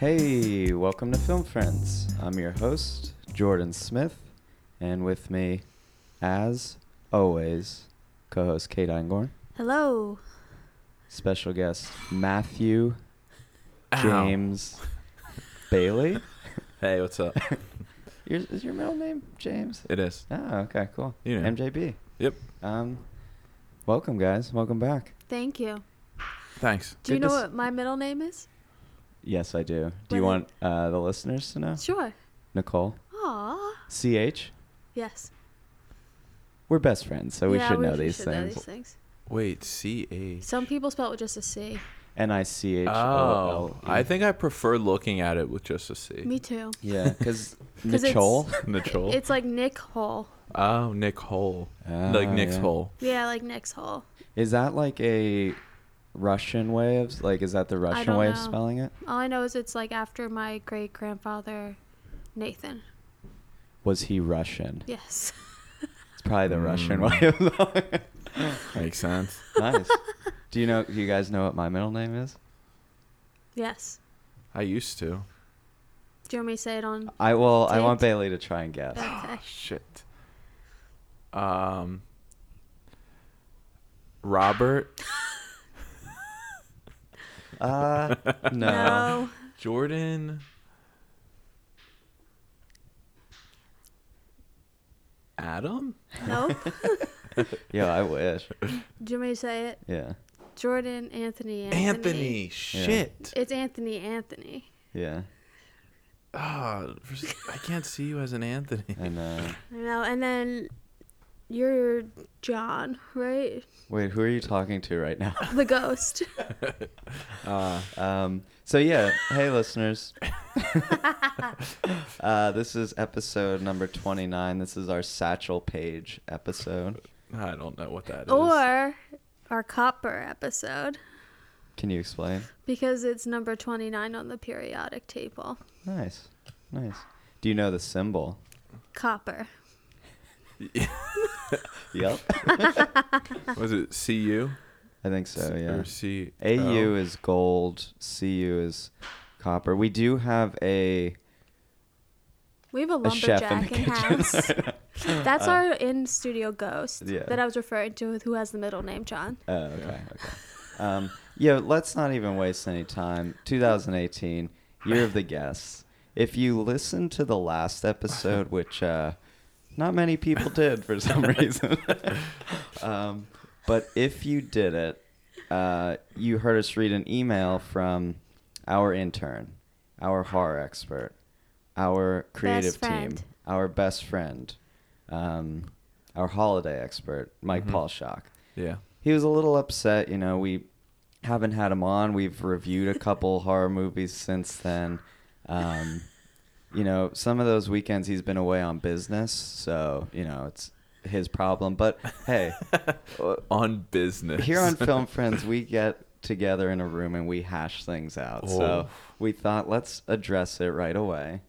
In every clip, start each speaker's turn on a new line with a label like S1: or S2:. S1: Hey, welcome to Film Friends. I'm your host, Jordan Smith, and with me, as always, co host Kate Eingorn,
S2: Hello.
S1: special guest Matthew
S3: Ow.
S1: James Bailey.
S3: Hey, what's up?
S1: Your, is your middle name James?
S3: it is.
S1: Oh, okay, cool.
S3: You know.
S1: MJB.
S3: Yep.
S1: Um, welcome, guys. Welcome back.
S2: Thank you.
S3: Thanks.
S2: Do you
S1: Good
S2: know
S1: to s-
S2: what my middle name is?
S1: Yes, I do. Do you
S2: What
S1: want uh, the listeners to know?
S2: Sure.
S1: Nicole.
S2: Aw.
S1: CH.
S2: Yes.
S1: We're best friends, so we
S2: Yeah,
S1: should know
S2: we
S1: these
S2: should
S1: things.
S2: these things.
S3: Wait, C A.
S2: Some people spell it with just a C.
S1: N I C H O
S3: Oh,
S1: L. E.
S3: I think I prefer looking at it with just a C.
S2: Me too.
S1: Yeah, because
S2: 'Cause it's-
S1: Nicole.
S3: Nicole.
S2: It's like Nick Hole.
S3: oh, Nick Hole. like
S1: Ah,
S3: Nick's
S1: yeah.
S3: Hole.
S2: Yeah, like Nick's Hole.
S1: Is that like a Russian way of like? Is that the Russian
S2: don't
S1: way of
S2: know.
S1: spelling it?
S2: All I know is it's like after my great grandfather, Nathan.
S1: Was he Russian?
S2: Yes.
S1: It's probably the Russian
S3: Mm.
S1: way of spelling it.
S3: Makes sense.
S1: nice. Do you know? Do you guys know what my middle name is?
S2: Yes.
S3: I used
S2: Oh,
S3: to.
S2: Do you want me to say it on?
S1: I will. I want
S2: Dude.
S1: Bailey to try and guess.
S2: Okay.
S3: Ah, Shit. Um. Robert,
S1: Uh, no.
S2: No.
S3: Jordan. Adam?
S2: Nope.
S1: Yeah, I wish.
S2: Do you want me to say it?
S1: Yeah,
S2: Jordan Anthony. Anthony.
S3: Anthony. Shit.
S2: It's Anthony Anthony.
S1: yeah.
S3: Ah, for- I can't see you as an Anthony.
S1: And uh,
S2: I know. And then you're John, right?
S1: wait, who are you talking to right now?
S2: The ghost.
S3: Uh,
S1: Um, so yeah, hey listeners. uh, this is episode number 29. This is our Satchel Page episode.
S3: I don't know what that is.
S2: or our copper episode
S1: Can you explain?
S2: because it's number 29 on the periodic table.
S1: Nice. Nice. Do you know the symbol?
S2: Copper.
S1: Yep.
S3: was it CU?
S1: I think so, yeah.
S3: Or C
S1: AU
S3: oh.
S1: is gold, CU is copper. We do have a
S2: We have a
S1: a chef in the
S2: lumberjack in
S1: kitchen. Uh,
S2: house. That's our in studio ghost
S1: yeah.
S2: that I was referring to with who has the middle name John.
S1: Oh, okay. Okay. Um, yeah, let's not even waste any time. 2018, year of the guests. If you listen to the last episode, which uh, not many people did for some reason, um, but if you did it, uh, you heard us read an email from our intern, our horror expert, our creative team,
S2: friend.
S1: our best friend, um, our holiday expert, Mike
S3: Mhm.
S1: Paulshock
S3: Yeah.
S1: he was a little upset. You know, we haven't had him on. We've reviewed a couple horror movies since then. Um, you know, some of those weekends he's been away on business, so you know it's his problem. But hey, uh,
S3: On business.
S1: here on Film Friends, we get together in a room and we hash things out. So
S3: Oh.
S1: we thought let's address it right away,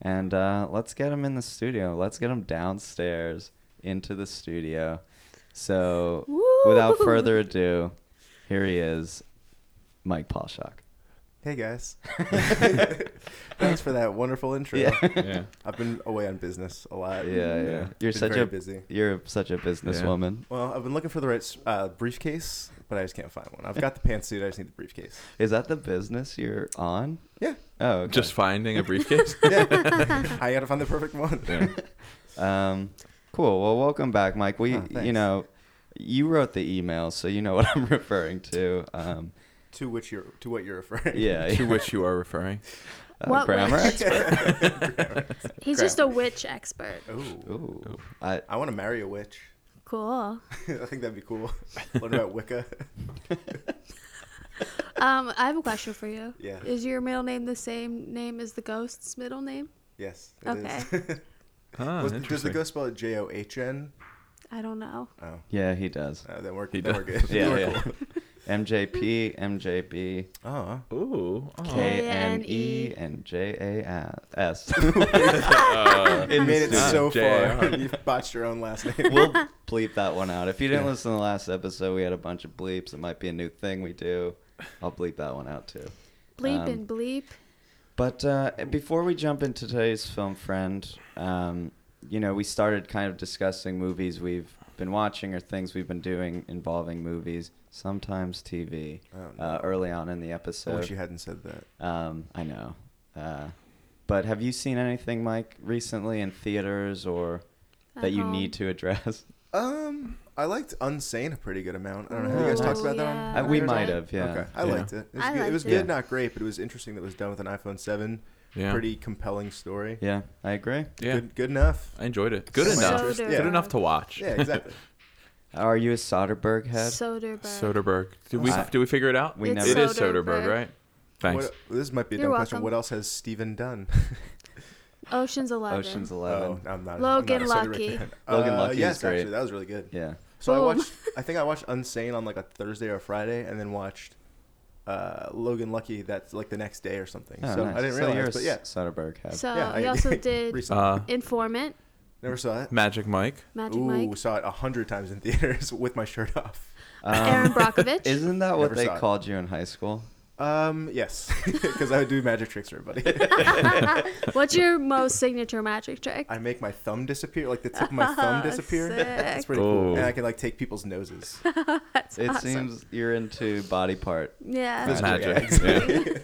S1: and uh, let's get him in the studio. Let's get him downstairs into the studio. So without
S2: Woo!
S1: further ado, here he is, Mike Paulshock.
S4: Hey guys. Thanks for that wonderful intro.
S1: Yeah.
S3: yeah.
S4: I've been away on business a lot.
S1: Yeah, yeah.
S3: Yeah.
S1: You're
S4: Been
S1: such
S4: very
S1: a
S4: busy.
S1: you're such a businesswoman.
S4: Well, I've been looking for the right uh, briefcase, but I just can't find one. I've got the pantsuit, I just need the briefcase.
S1: Is that the business you're on?
S4: Yeah.
S1: Oh, okay.
S3: Just finding a briefcase.
S4: I got to find the perfect one.
S3: yeah.
S1: Um, cool. Well, welcome back, Mike. We,
S4: Oh, thanks.
S1: you know, you wrote the email, so you know what I'm referring to. Um,
S4: to which you're to what you're referring.
S1: yeah,
S3: To which you are referring.
S1: uh,
S2: What
S1: grammar
S2: word?
S1: expert.
S2: He's just a witch expert.
S4: Oh.
S1: Ooh, I,
S4: I want to marry a witch.
S2: Cool.
S4: I think that'd be cool. Learn about Wicca.
S2: Um, I have a question for you.
S4: Yeah.
S2: Is your middle name the same name as the ghost's middle name?
S4: Yes. it is.
S3: Ah,
S4: Was- does the
S3: interesting.
S4: ghost spell it J O H N?
S2: I don't know.
S4: Oh.
S1: yeah, he does.
S4: Uh, then we're,
S3: He
S4: then
S3: does.
S4: we're good.
S1: Yeah,
S4: We're
S1: yeah.
S4: cool.
S1: MJP, MJB,
S4: Oh.
S3: Ooh. Oh.
S1: K N E,
S2: K N E.
S1: and J A S.
S3: Uh,
S4: It made it
S3: Ah,
S4: so far.
S3: JR.
S4: you botched your own last name.
S1: We'll bleep that one out. If you didn't listen to the last episode, we had a bunch of bleeps. It might be a new thing we do. I'll bleep that one out too.
S2: Bleep
S1: Um,
S2: and bleep.
S1: But uh, before we jump into today's film, friend, um, you know, we started kind of discussing movies we've been watching or things we've been doing involving movies, sometimes TV,
S4: Oh, no.
S1: uh, early on in the
S4: I
S1: episode.
S4: wish you hadn't said that.
S1: um, I know. Uh, but have you seen anything, Mike, recently in theaters or
S2: At
S1: that you
S2: home.
S1: need to address?
S4: Um, I liked Unsane a pretty good amount. I don't know. Have you guys
S1: Ooh,
S4: talked about that
S2: Oh, yeah.
S4: on?
S1: Uh, we
S2: I
S1: might
S2: did.
S1: have, yeah.
S4: Okay, I
S3: Yeah.
S4: liked it. It was,
S2: I
S4: good. It
S2: liked
S4: was
S2: it.
S4: good, not great, but it was interesting that it was done with an iPhone 7.
S3: Yeah.
S4: Pretty compelling story.
S1: Yeah, I agree.
S3: yeah.
S4: Good, good enough.
S3: I enjoyed it. Good
S4: So
S3: enough.
S4: interesting.
S3: Good
S4: Yeah.
S3: enough to watch.
S4: Yeah, exactly.
S1: Are you a Soderbergh head?
S2: Soderbergh.
S3: Soderbergh. Did we
S1: I-
S3: do we figure it out?
S1: We
S2: It's
S1: never-
S3: It is
S2: Soderbergh.
S3: Soderbergh, right? Thanks.
S4: What, this might be a
S2: You're
S4: dumb question.
S2: welcome.
S4: What else has Steven done?
S2: Ocean's Eleven.
S1: Ocean's
S4: oh,
S1: Eleven.
S4: I'm not.
S2: Logan
S4: I'm not a Soderbergh
S2: Lucky.
S4: fan.
S1: Logan
S4: Uh,
S1: Lucky is
S4: Yes,
S1: great.
S4: actually, that was really good.
S1: Yeah.
S4: So I
S2: Boom.
S4: watched. I think I watched Unsane on like a Thursday or Friday, and then watched uh, Logan Lucky. That's like the next day or something.
S1: Oh,
S4: so
S1: nice.
S4: I didn't
S1: So you're a
S4: realize. but yeah,
S1: S- Soderbergh head.
S2: So
S4: yeah.
S2: he
S4: I-
S2: Uh, also did
S4: recently.
S3: Uh,
S2: Informant,
S4: never saw it.
S3: Magic Mike.
S2: Magic
S4: Ooh,
S2: Mike,
S4: saw it a hundred times in theaters with my shirt off.
S1: Um,
S2: Aaron Brockovich.
S1: Isn't that what
S4: Never
S1: they
S4: saw it.
S1: called you in high school?
S4: Um, yes, because I would do magic tricks for everybody.
S2: What's your most signature magic trick?
S4: I make my thumb disappear, like the tip of my thumb
S2: Oh,
S4: disappear.
S2: sick.
S4: That's pretty cool.
S3: Ooh.
S1: Oh.
S4: And I can like take people's noses.
S2: That's
S1: It
S2: awesome.
S1: seems you're into body part.
S2: yeah.
S4: Physical, yeah,
S3: Magic,
S4: exactly.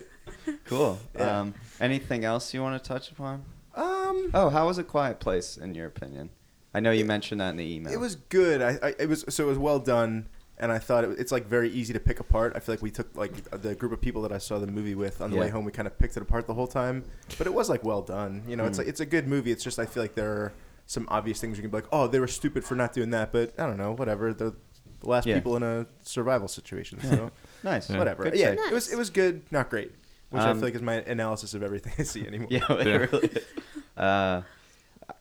S1: Cool.
S4: Yeah.
S1: Um, anything else you want to touch upon?
S4: um,
S1: Oh, how was A Quiet Place in your opinion? I know you mentioned that in the email.
S4: it was good. I, I it was so it was well done, and I thought it, was- it's like very easy to pick apart. I feel like we took like the group of people that I saw the movie with on the
S1: Yeah.
S4: way home. We kind of picked it apart the whole time, but it was like well done. You know,
S1: Hmm.
S4: it's like it's a good movie. It's just I feel like there are some obvious things you can be like, oh, they were stupid for not doing that, but I don't know, whatever. They're the last
S1: Yeah.
S4: people in a survival situation, so
S1: nice.
S4: whatever.
S1: Good
S4: yeah,
S1: take.
S4: it was it was good, not great. Which I
S1: Um,
S4: feel like is my analysis of everything I see anymore.
S1: Yeah, it
S3: Yeah.
S1: really is. Uh,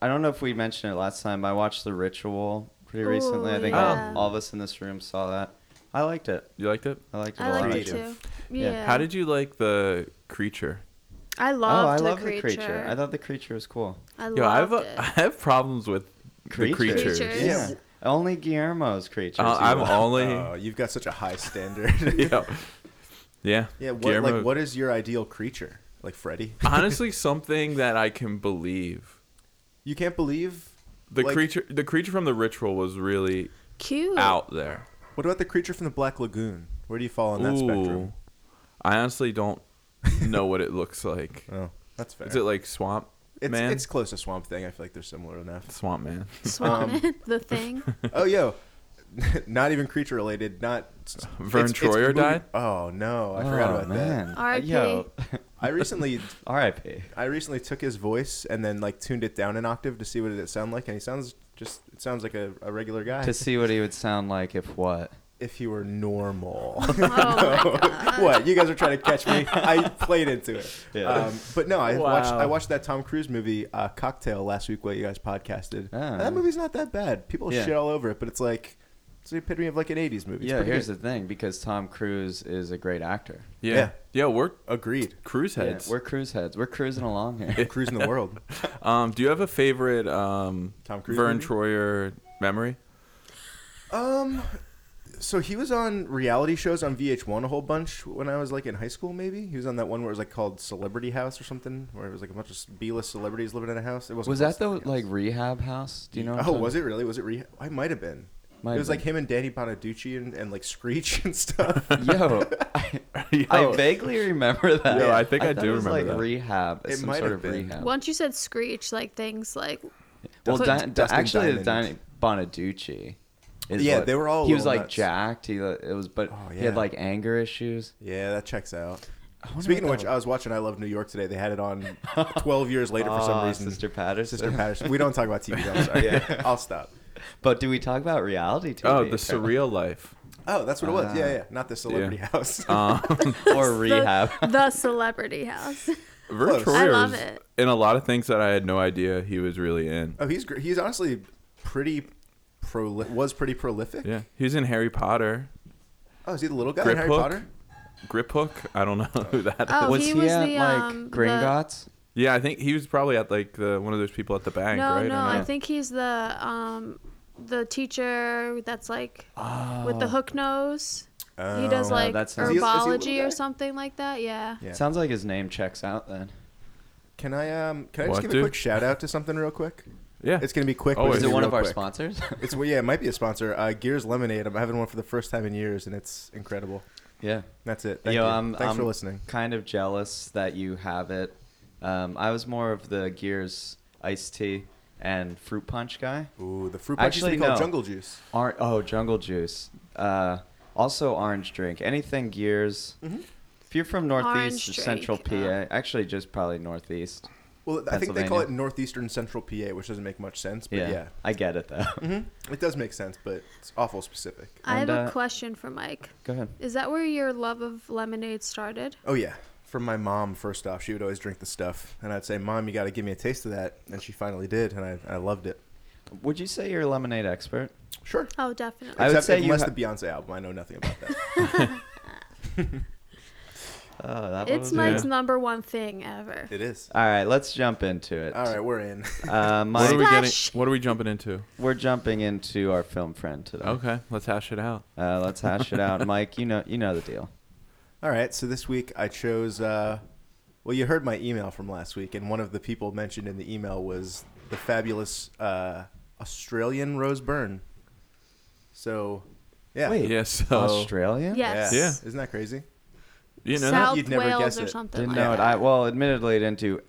S1: I don't know if we mentioned it last time. I watched The Ritual pretty
S2: Ooh,
S1: recently. I think
S2: yeah.
S1: all, all of us in this room saw that. I liked it.
S3: You liked it?
S1: I liked it
S2: I
S1: a
S2: liked
S1: lot.
S2: it too.
S4: Creative.
S1: Yeah.
S2: Yeah.
S3: How did you like the creature?
S1: Oh,
S2: I
S1: I
S2: loved
S1: love
S2: the
S1: the
S2: creature.
S1: creature. I thought the creature was cool.
S2: I
S3: Yo, I have
S2: loved
S3: a, I
S2: it.
S3: have problems with the creatures.
S2: Creatures.
S1: Yeah. Only Guillermo's creatures.
S3: Uh,
S1: you
S3: I'm
S1: love.
S3: only
S4: Oh, you've got such a high standard.
S3: yeah. Yeah.
S4: yeah, what,
S3: Guillermo-
S4: like what is your ideal creature? Like Freddy?
S3: honestly something that I can believe.
S4: You can't believe
S3: The
S4: like,
S3: creature the creature from the ritual was really
S2: Cute.
S3: out there.
S4: What about the creature from the Black Lagoon? Where do you fall on that spectrum?
S3: Ooh. I honestly don't know what it looks like.
S4: Oh, that's fair.
S3: Is it like swamp
S4: it's,
S3: man?
S4: it's close to Swamp Thing. I feel like they're similar enough.
S3: swamp man.
S2: Swan, the thing.
S4: oh, yo, not even creature related. Not
S3: Vern
S4: it's- it's
S3: Troyer
S4: movie-
S3: died?
S4: Oh no, I forgot about that.
S2: R.I.P..
S1: Yo,
S4: I recently
S1: R.I.P.
S4: I recently took his voice and then like tuned it down an octave to see what it sound like, and he sounds just it sounds like a, a regular guy
S1: to see what he would sound like if what?
S4: if he were normal.
S2: Oh my
S4: what you guys are trying to catch me? I played into it.
S1: Yeah.
S4: Um, but no, I
S3: Wow.
S4: watched I watched that Tom Cruise movie uh, Cocktail last week while you guys podcasted.
S1: Ah.
S4: That movie's not that bad. People
S1: Yeah.
S4: shit all over it, but it's like it's the epitome of like an '80s movie. It's
S1: yeah,
S4: pretty
S1: here's
S4: good.
S1: the thing because Tom Cruise is a great actor.
S3: Yeah.
S4: Yeah.
S3: yeah. we're
S4: agreed.
S3: cruise
S1: Yeah,
S3: heads.
S1: we're cruise heads. We're cruising along here.
S4: Cruising the world.
S3: um, do you have a favorite um
S4: Tom Cruise
S3: Vern
S4: movie?
S3: Troyer memory?
S4: Um, so he was on reality shows on VH1 a whole bunch when I was like in high school. Maybe he was on that one where it was like called Celebrity House or something, where it was like a bunch of B-list celebrities living in a house. It wasn't
S1: Was
S4: called
S1: that the
S4: Celebrity
S1: like
S4: House.
S1: rehab house? Do you know? what I'm
S4: Oh,
S1: talking-
S4: was it really? Was it re? I might have been.
S1: Might
S4: it
S1: have
S4: was like him and Danny Bonaducci and, and like Screech and stuff.
S1: Yo, I, I vaguely remember that.
S3: Yo, I think I
S1: thought
S3: do
S1: it was
S3: remember
S1: like
S3: that.
S1: rehab.
S4: It
S1: some
S4: might
S1: sort of
S4: have been.
S1: rehab.
S2: Once you said screech, like things like
S1: Well,
S4: Dustin-
S1: Di- Di-
S4: Dustin
S1: actually, the Dian-
S4: Diamond.
S1: Bonaducci. Is
S4: Yeah,
S1: what-
S4: they were all
S1: He was
S4: little
S1: like
S4: nuts.
S1: jacked. He uh, it was, but
S4: Oh,
S1: he had
S4: yeah.
S1: like anger issues.
S4: yeah, that checks out.
S1: I wonder
S4: Speaking of
S1: what
S4: which,
S1: that
S4: I was watching I Love New York today. They had it on 12 years later for some
S1: Ah,
S4: reason.
S1: Sister Patterson.
S4: Sister Patterson. We don't talk about TV. I'm sorry.
S1: Yeah.
S4: I'll stop.
S1: But do we talk about reality TV?
S3: Oh, the surreal life.
S4: Oh, that's what it was.
S1: Ah.
S4: yeah, yeah. Not the Celebrity House.
S1: Uh.
S3: Um,
S1: or rehab?
S2: The, the celebrity house.
S3: Vern
S4: Close.
S3: Troyer
S2: I love
S3: is
S2: it.
S3: in a lot of things that I had no idea he was really in.
S4: Oh, he's great. He's honestly pretty proli- was pretty prolific.
S3: Yeah, he was in Harry Potter,
S4: Oh, is he the little guy
S3: Grip
S4: in Harry
S3: Hook?
S4: Potter?
S3: Grip Hook. I don't know who that is.
S2: Oh,
S1: was
S2: he
S1: he,
S2: was
S1: at
S2: the,
S1: like
S2: um, the-
S1: Gringotts?
S3: Yeah, I think he was probably at like the one of those people at the bank,
S2: no,
S3: right? Or
S2: no,
S1: no?
S2: I think he's the um the teacher that's like
S4: Oh.
S2: with the hook nose. he does
S1: Oh,
S2: like
S4: Um,
S1: that's- Is
S4: he a- is he a little
S2: herbology
S4: guy?
S2: or something like that. Yeah.
S4: Yeah.
S1: Sounds like his name checks out then.
S4: Can I um can I just
S3: What,
S4: give a
S3: dude?
S4: quick shout out to something real quick?
S3: Yeah. Oh,
S4: It's gonna be quick. but
S3: Always.
S4: it's
S1: Is
S4: gonna
S1: it one
S4: be real
S1: of our
S4: quick.
S1: sponsors?
S4: It's well, yeah, it might be a sponsor. Uh, Gears Lemonade. I'm having one for the first time in years, and it's incredible.
S1: yeah.
S4: That's it. Thank
S1: Yo,
S4: you.
S1: I'm-
S4: Thanks for
S1: I'm
S4: listening.
S1: Kind of jealous that you have it. Um, I was more of the Gears iced tea and fruit punch guy.
S4: Ooh, the fruit punch used to
S1: Actually,
S4: be
S1: no.
S4: called Jungle Juice.
S1: Or- oh, jungle juice. Uh, also orange drink. Anything Gears. If you're from Northeast
S2: Orange
S1: or Central PA,
S2: drink, uh,
S1: actually just probably Northeast.
S4: Well, I think they call
S1: Pennsylvania.
S4: it northeastern central PA, which doesn't make much sense, but
S1: Yeah,
S4: yeah.
S1: I get it though.
S4: hmm It does make sense, but it's awful specific.
S2: I have
S1: And,
S2: a
S1: uh,
S2: question for Mike.
S1: Go ahead.
S2: Is that where your love of lemonade started?
S4: Oh yeah. From my mom, first off, she would always drink the stuff, and I'd say, "Mom, you got to give me a taste of that," and she finally did, and I, I loved it.
S1: Would you say you're a lemonade expert?
S4: Sure.
S2: Oh, definitely.
S1: I would
S4: Except
S1: say you
S4: unless
S1: ha-
S4: the Beyonce album, I know nothing about that.
S1: Oh, that
S2: it's
S1: one was-
S2: Mike's
S3: Yeah.
S2: number one thing ever.
S4: it is.
S1: All right, let's jump into it.
S4: All right, we're in.
S1: Uh,
S3: What
S1: Mike,
S3: are we getting?
S2: Splash.
S3: What are we jumping into?
S1: we- are jumping into our film friend today.
S3: Okay, let's hash it out.
S1: Uh, let's hash it out, Mike. You know, you know the deal.
S4: All right, so this week I chose. Uh, well, you heard my email from last week, and one of the people mentioned in the email was the fabulous uh, Australian Rose Byrne. So, yeah,
S1: Wait.
S3: Yeah. So
S1: Australia?
S2: Yes.
S4: yeah,
S3: Yeah.
S4: isn't that crazy?
S3: you know,
S2: South
S4: You'd never
S2: Wales
S4: guess
S2: or
S4: it.
S2: something
S1: Didn't
S2: like
S1: know it. I
S2: that.
S1: well, admittedly, didn't do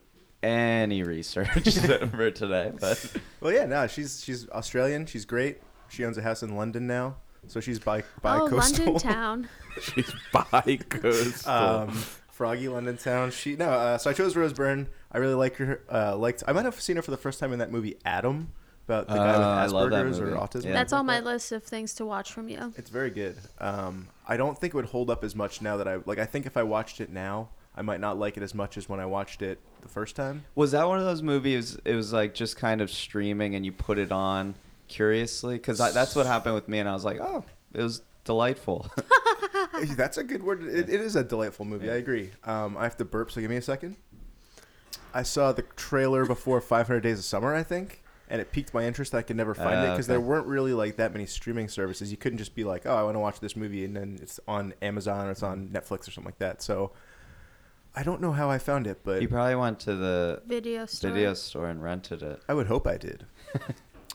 S1: any research for today, but
S4: Well, yeah, no, she's she's Australian. She's great. She owns a house in London now, so she's bi bi
S2: oh, London
S4: coastal.
S2: town.
S3: she's bi coastal.
S4: um, Froggy London Town. She no. Uh, so I chose Rose Byrne. I really like her. Uh, liked. I might have seen her for the first time in that movie Adam about the guy
S1: Uh, I
S4: with
S1: love that
S4: Asperger's or
S1: movie.
S4: autism.
S1: Yeah.
S4: or
S2: That's
S4: something
S2: on
S4: like
S2: my
S4: that.
S2: list of things to watch from you.
S4: It's very good. Um, I don't think it would hold up as much now that I like. I think if I watched it now, I might not like it as much as when I watched it the first time.
S1: was that one of those movies? It was like just kind of streaming, and you put it on curiously because that's what happened with me, and I was like, oh, it was delightful.
S4: That's a good word. It, it is a delightful movie. I agree. Um, I have to burp, so give me a second. I saw the trailer before 500 Days of Summer, I think, and it piqued my interest. I could never find it 'cause it
S1: Uh,
S4: because
S1: okay.
S4: there weren't really like that many streaming services. You couldn't just be like, "Oh, I want to watch this movie," and then it's on Amazon or it's on Netflix or something like that. So I don't know how I found it, but
S1: you probably went to the
S2: Video store.
S1: video store and rented it.
S4: I would hope I did.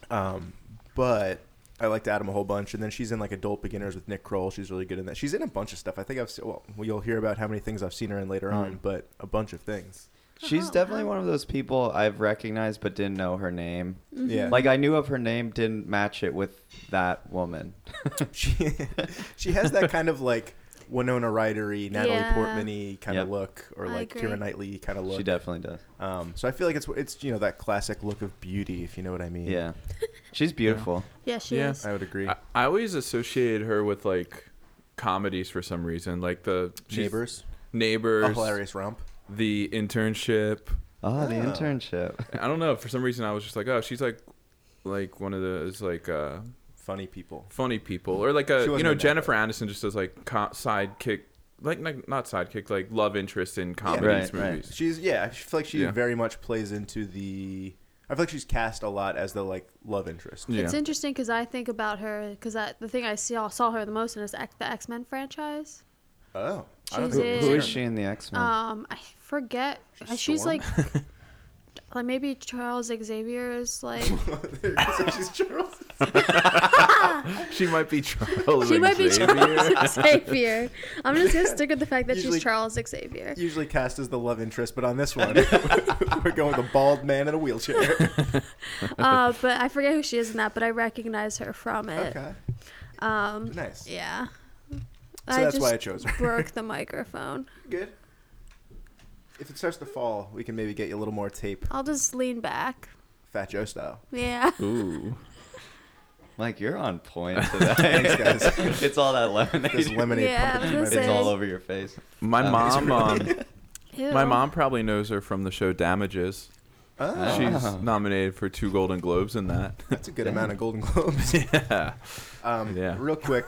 S4: um, but I liked Adam a whole bunch, and then she's in like Adult Beginners with Nick Kroll. She's really good in that. She's in a bunch of stuff. I think I've seen, well, you'll hear about how many things I've seen her in later on, but a bunch of things.
S1: She's
S2: Oh,
S1: definitely
S2: wow.
S1: one of those people I've recognized but didn't know her name.
S2: Mm-hmm.
S4: Yeah,
S1: Like I knew of her name, didn't match it with that woman.
S4: she she has that kind of like Winona Rydery, Natalie
S2: Yeah.
S4: Portmany kind
S1: Yep.
S4: of look, or
S2: I
S4: like
S2: agree.
S4: Kira Knightley kind of look.
S1: she definitely does.
S4: Um, so I feel like it's it's you know that classic look of beauty, if you know what I mean.
S1: Yeah, she's beautiful.
S2: Yeah, she
S3: Yeah.
S2: is.
S4: I would agree.
S3: I, I always associated her with like comedies for some reason, like the she's-
S4: Neighbors, a
S3: neighbors,
S4: hilarious romp.
S3: the internship.
S1: Oh, the
S4: Oh.
S1: internship.
S3: I don't know. For some reason, I was just like, oh, she's like, like one of those like uh,
S4: Funny people.
S3: funny people, or like a
S4: She wasn't
S3: you know
S4: in that,
S3: Jennifer Aniston just does like co- sidekick, like not, not sidekick, like love interest in
S1: Right,
S3: comedies
S1: right.
S3: movies.
S4: She's yeah. I feel like she
S3: Yeah.
S4: very much plays into the. I feel like she's cast a lot as the like love interest.
S3: Yeah.
S2: It's interesting because I think about her because the thing I saw saw her the most in is X, the X Men franchise.
S4: Oh,
S2: She's
S1: Who- who is
S2: Yeah.
S1: she in the X Men?
S2: Um, I forget. uh, She's,
S4: Storm?
S2: like, like maybe Charles Xavier's like.
S4: so she's Charles.
S3: She might be Charles.
S2: she might be
S3: Xavier.
S2: Charles Xavier. I'm just gonna stick with the fact that
S4: Usually-
S2: she's Charles Xavier.
S4: Usually cast as the love interest, but on this one, we're going with a bald man in a wheelchair.
S2: Uh, but I forget who she is in that, but I recognize her from it.
S4: Okay,
S2: Um,
S4: nice. So
S2: yeah.
S4: that's why I chose her.
S2: broke the microphone.
S4: Good. If it starts to fall, we can maybe get you a little more tape,
S2: I'll just lean back.
S4: Fat Joe style.
S2: Yeah.
S3: Ooh.
S1: Mike, you're on point today.
S4: Thanks, guys.
S1: it's all that lemonade.
S4: This lemonade
S2: Yeah,
S4: pumping
S2: I was
S4: through my
S1: it's
S2: Say-
S1: all over your face.
S3: My mom, um,
S2: Ew.
S3: my mom probably knows her from the show Damages.
S4: veins. Oh,
S1: Oh.
S3: She's nominated for two Golden Globes in that.
S4: that's a good amount of Golden Globes.
S3: yeah.
S4: Um,
S3: Yeah.
S4: Real quick,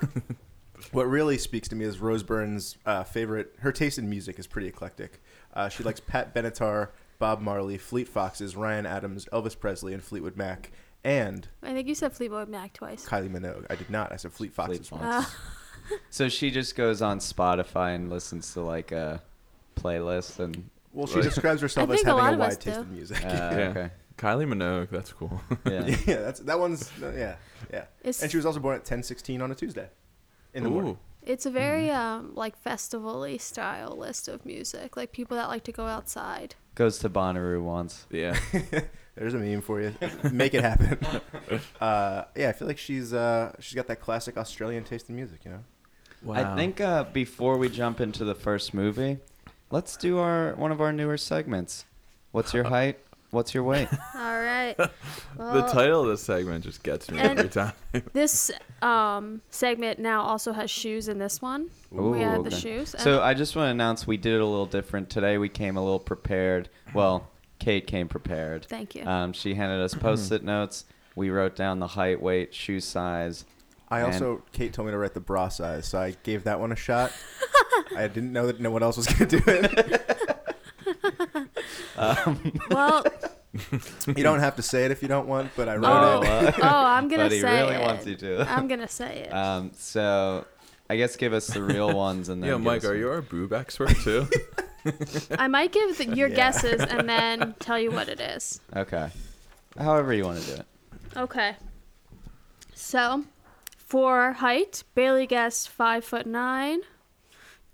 S4: what really speaks to me is Rose Byrne's uh, favorite. Her taste in music is pretty eclectic. Uh, she likes Pat Benatar, Bob Marley, Fleet Foxes, Ryan Adams, Elvis Presley, and Fleetwood Mac, and
S2: I think you said Fleetwood Mac twice.
S4: Kylie Minogue. I did not. I said Fleet Foxes.
S1: Fleet
S4: once.
S2: Uh,
S1: So she just goes on Spotify and listens to like a playlist and
S4: Well, she
S3: Like-
S4: describes herself
S2: I
S4: as
S2: think a
S4: having
S2: lot
S4: a
S2: of us
S4: wide taste
S2: do.
S4: in music.
S1: Uh,
S3: Yeah.
S1: Okay.
S3: Kylie Minogue, that's cool.
S1: Yeah.
S4: yeah, that's that one's yeah, yeah.
S2: It's-
S4: and she was also born at ten sixteen on a Tuesday. In the morning.
S3: Ooh.
S2: It's a very
S1: Mm-hmm.
S2: um like festival-y style list of music, like people that like to go outside.
S1: Goes to Bonnaroo once.
S3: Yeah.
S4: There's a meme for you. Make it happen. uh, yeah, I feel like she's uh, she's got that classic Australian taste in music. You know,
S1: I think uh, before we jump into the first movie, let's do our one of our newer segments. What's your height? What's your weight?
S2: All right.
S3: the title of this segment just gets me
S2: And-
S3: every time.
S2: This um segment now also has shoes in this one. we had the shoes. and-
S1: So I just want to announce we did it a little different today. We came a little prepared. Well, Kate came prepared.
S2: Thank you.
S1: Um, she handed us post-it notes. We wrote down the height, weight, shoe size.
S4: I
S1: And-
S4: also Kate told me to write the bra size, so I gave that one a shot. I didn't know that no one else was gonna do it.
S2: well,
S4: you don't have to say it if you don't want, but I
S2: oh,
S4: wrote
S1: uh,
S4: it.
S2: oh, I'm gonna
S1: but he
S2: say
S1: really
S2: it.
S1: wants you to.
S2: I'm gonna say it.
S1: Um, so I guess give us the real ones and then.
S3: Yo,
S1: give
S3: Mike,
S1: us-
S3: are you our boob expert too?
S2: I might give the, your guesses and then tell you what it is.
S1: Okay. However you want to do it.
S2: Okay. So, for height, Bailey guessed five foot nine,